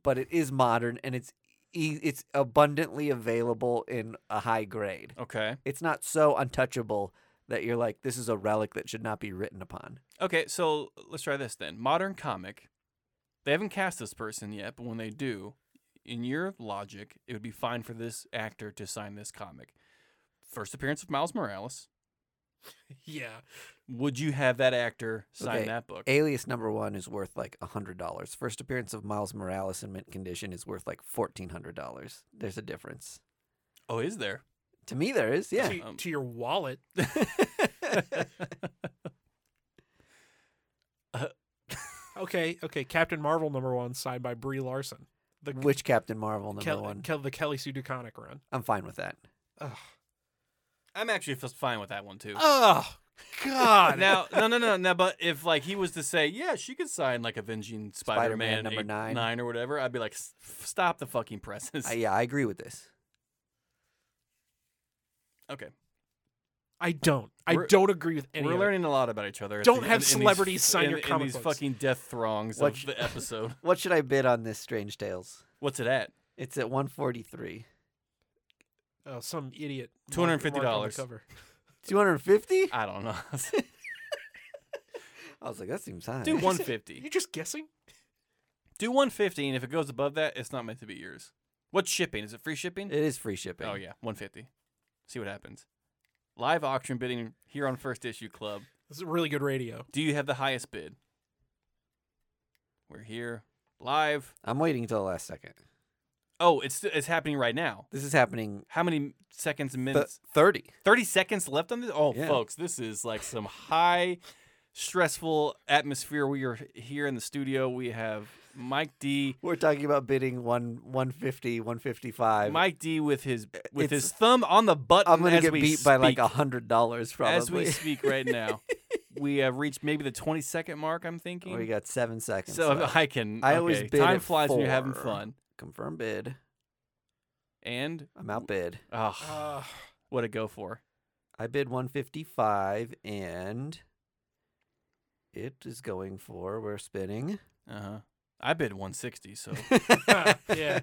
[SPEAKER 1] but it is modern and it's e- it's abundantly available in a high grade.
[SPEAKER 2] Okay.
[SPEAKER 1] It's not so untouchable that you're like, this is a relic that should not be written upon.
[SPEAKER 2] Okay, so let's try this then. Modern comic. They haven't cast this person yet, but when they do, in your logic, it would be fine for this actor to sign this comic. First appearance of Miles Morales.
[SPEAKER 3] Yeah,
[SPEAKER 2] Would you have that actor sign
[SPEAKER 1] Okay,
[SPEAKER 2] that book?
[SPEAKER 1] Alias number one is worth like hundred dollars. First appearance of Miles Morales in mint condition is worth like fourteen hundred dollars. There's a difference.
[SPEAKER 2] oh, is there?
[SPEAKER 1] To me, there is. Yeah.
[SPEAKER 3] To,
[SPEAKER 2] Um,
[SPEAKER 3] to your wallet. Uh, Okay, okay. Captain Marvel number one, signed by Brie Larson. The
[SPEAKER 1] Which Captain Marvel number
[SPEAKER 3] Kel-
[SPEAKER 1] one?
[SPEAKER 3] Kel- the Kelly Sue DeConnick run.
[SPEAKER 1] I'm fine with that.
[SPEAKER 3] Ugh.
[SPEAKER 2] I'm actually f- fine with that one too.
[SPEAKER 3] Oh God!
[SPEAKER 2] now, no, no, no, no. But if like he was to say, yeah, she could sign like Avenging Spider-Man,
[SPEAKER 1] Spider-Man number
[SPEAKER 2] eight-
[SPEAKER 1] nine.
[SPEAKER 2] nine or whatever, I'd be like, "S- f- stop the fucking presses.
[SPEAKER 1] I, yeah, I agree with this.
[SPEAKER 2] Okay.
[SPEAKER 3] I don't. I
[SPEAKER 2] We're-
[SPEAKER 3] don't agree with any.
[SPEAKER 2] We're
[SPEAKER 3] of it.
[SPEAKER 2] learning a lot about each other. at
[SPEAKER 3] Don't
[SPEAKER 2] the-
[SPEAKER 3] have
[SPEAKER 2] in- in these
[SPEAKER 3] celebrities
[SPEAKER 2] f-
[SPEAKER 3] sign
[SPEAKER 2] in-
[SPEAKER 3] your
[SPEAKER 2] in
[SPEAKER 3] comic
[SPEAKER 2] these
[SPEAKER 3] books.
[SPEAKER 2] fucking death throngs
[SPEAKER 1] What-
[SPEAKER 2] of the episode.
[SPEAKER 1] What should I bid on this Strange Tales?
[SPEAKER 2] What's it at?
[SPEAKER 1] It's at 143.
[SPEAKER 3] Oh, some idiot. mark-
[SPEAKER 2] $250
[SPEAKER 3] marked on the cover.
[SPEAKER 1] 250?
[SPEAKER 2] I don't know.
[SPEAKER 1] I was like, that seems high.
[SPEAKER 2] Do
[SPEAKER 3] Dude,
[SPEAKER 2] one
[SPEAKER 3] Are
[SPEAKER 2] fifty.
[SPEAKER 3] you just guessing?
[SPEAKER 2] Do one fifty, and if it goes above that, it's not meant to be yours. What's shipping? Is it free shipping?
[SPEAKER 1] it is free shipping.
[SPEAKER 2] oh yeah, one fifty. See what happens. Live auction bidding here on First Issue Club.
[SPEAKER 3] This is really good radio.
[SPEAKER 2] Do you have the highest bid? We're here live.
[SPEAKER 1] I'm waiting until the last second.
[SPEAKER 2] Oh, it's it's happening right now.
[SPEAKER 1] This is happening
[SPEAKER 2] How many seconds,
[SPEAKER 1] th-
[SPEAKER 2] minutes?
[SPEAKER 1] 30.
[SPEAKER 2] 30 seconds left on this? Oh,
[SPEAKER 1] Yeah.
[SPEAKER 2] folks, this is like some high stressful atmosphere. We are here in the studio. We have Mike D.
[SPEAKER 1] We're talking about bidding one 150, 155.
[SPEAKER 2] Mike D with his with
[SPEAKER 1] It's-
[SPEAKER 2] his thumb on the button.
[SPEAKER 1] I'm gonna
[SPEAKER 2] as
[SPEAKER 1] get
[SPEAKER 2] we
[SPEAKER 1] beat by like
[SPEAKER 2] speak.
[SPEAKER 1] a hundred dollars probably.
[SPEAKER 2] as we speak right now. we have reached maybe the 20 second mark. I'm thinking.
[SPEAKER 1] we got seven seconds.
[SPEAKER 2] so
[SPEAKER 1] left.
[SPEAKER 2] I can.
[SPEAKER 1] Oh, I always
[SPEAKER 2] okay,
[SPEAKER 1] bid
[SPEAKER 2] time
[SPEAKER 1] at
[SPEAKER 2] flies when you're having
[SPEAKER 1] four.
[SPEAKER 2] fun.
[SPEAKER 1] confirm bid.
[SPEAKER 2] And
[SPEAKER 1] I'm outbid.
[SPEAKER 2] oh,
[SPEAKER 3] Uh,
[SPEAKER 2] what a go for!
[SPEAKER 1] I bid 155, and it is going for. We're spinning.
[SPEAKER 2] Uh huh. I bid 160, so
[SPEAKER 3] ah, yeah.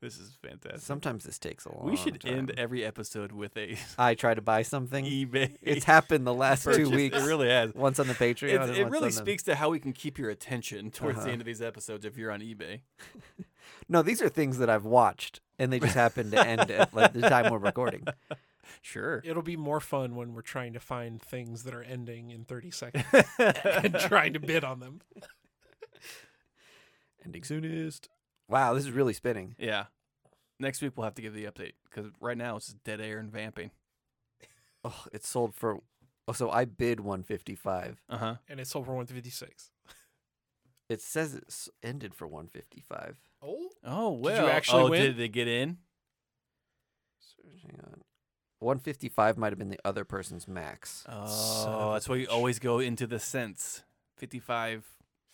[SPEAKER 2] this is fantastic.
[SPEAKER 1] Sometimes this takes a long.
[SPEAKER 2] we should end
[SPEAKER 1] time.
[SPEAKER 2] every episode with a
[SPEAKER 1] I try to buy something.
[SPEAKER 2] eBay.
[SPEAKER 1] It's happened the last two
[SPEAKER 2] purchase.
[SPEAKER 1] weeks.
[SPEAKER 2] It really has.
[SPEAKER 1] Once on the Patreon.
[SPEAKER 2] It's-
[SPEAKER 1] and
[SPEAKER 2] it
[SPEAKER 1] once
[SPEAKER 2] really
[SPEAKER 1] on the-
[SPEAKER 2] speaks to how we can keep your attention towards
[SPEAKER 1] Uh-huh.
[SPEAKER 2] the end of these episodes if you're on eBay.
[SPEAKER 1] No, these are things that I've watched, and they just happen to end at like, the time we're recording.
[SPEAKER 2] Sure.
[SPEAKER 3] It'll be more fun when we're trying to find things that are ending in 30 seconds and trying to bid on them.
[SPEAKER 1] Ending soonest. Wow, this is really spinning.
[SPEAKER 2] yeah. Next week we'll have to give the update because right now it's just dead air and vamping.
[SPEAKER 1] Oh, it sold for. Oh, so I bid 155.
[SPEAKER 2] Uh huh.
[SPEAKER 3] And it's over 156.
[SPEAKER 1] It says it s- ended for 155.
[SPEAKER 3] Oh,
[SPEAKER 2] Oh well.
[SPEAKER 3] actually
[SPEAKER 2] oh,
[SPEAKER 3] win?
[SPEAKER 2] did they get in?
[SPEAKER 1] Hang on. 155 might have been the other person's max.
[SPEAKER 2] Oh, that's why you always go into the cents. Fifty-five.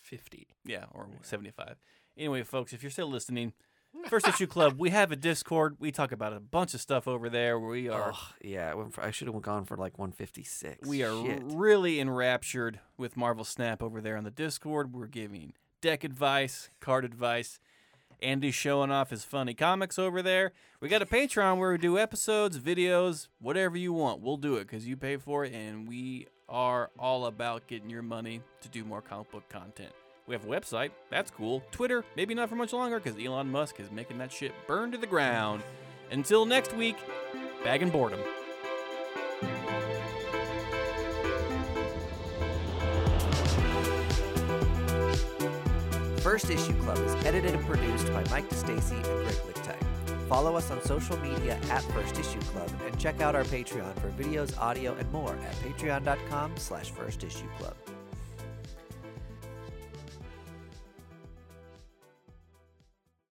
[SPEAKER 3] 50.
[SPEAKER 2] Yeah, or 75. Anyway, folks, if you're still listening, First Issue Club, we have a Discord. We talk about a bunch of stuff over there. We are
[SPEAKER 1] Ugh, yeah, I, went for, I should have gone for like 156.
[SPEAKER 2] we are
[SPEAKER 1] Shit.
[SPEAKER 2] really enraptured with Marvel Snap over there on the Discord. We're giving deck advice, card advice. Andy's showing off his funny comics over there. We got a Patreon where we do episodes, videos, whatever you want. We'll do it because you pay for it, and we are all about getting your money to do more comic book content. We have a website. That's cool. Twitter, maybe not for much longer because Elon Musk is making that shit burn to the ground. Until next week, bag and boredom.
[SPEAKER 1] First Issue Club is edited and produced by Mike DeStacy and Greg Lichtite. Follow us on social media at First Issue Club and check out our Patreon for videos, audio, and more at patreon.com slash First Issue Club.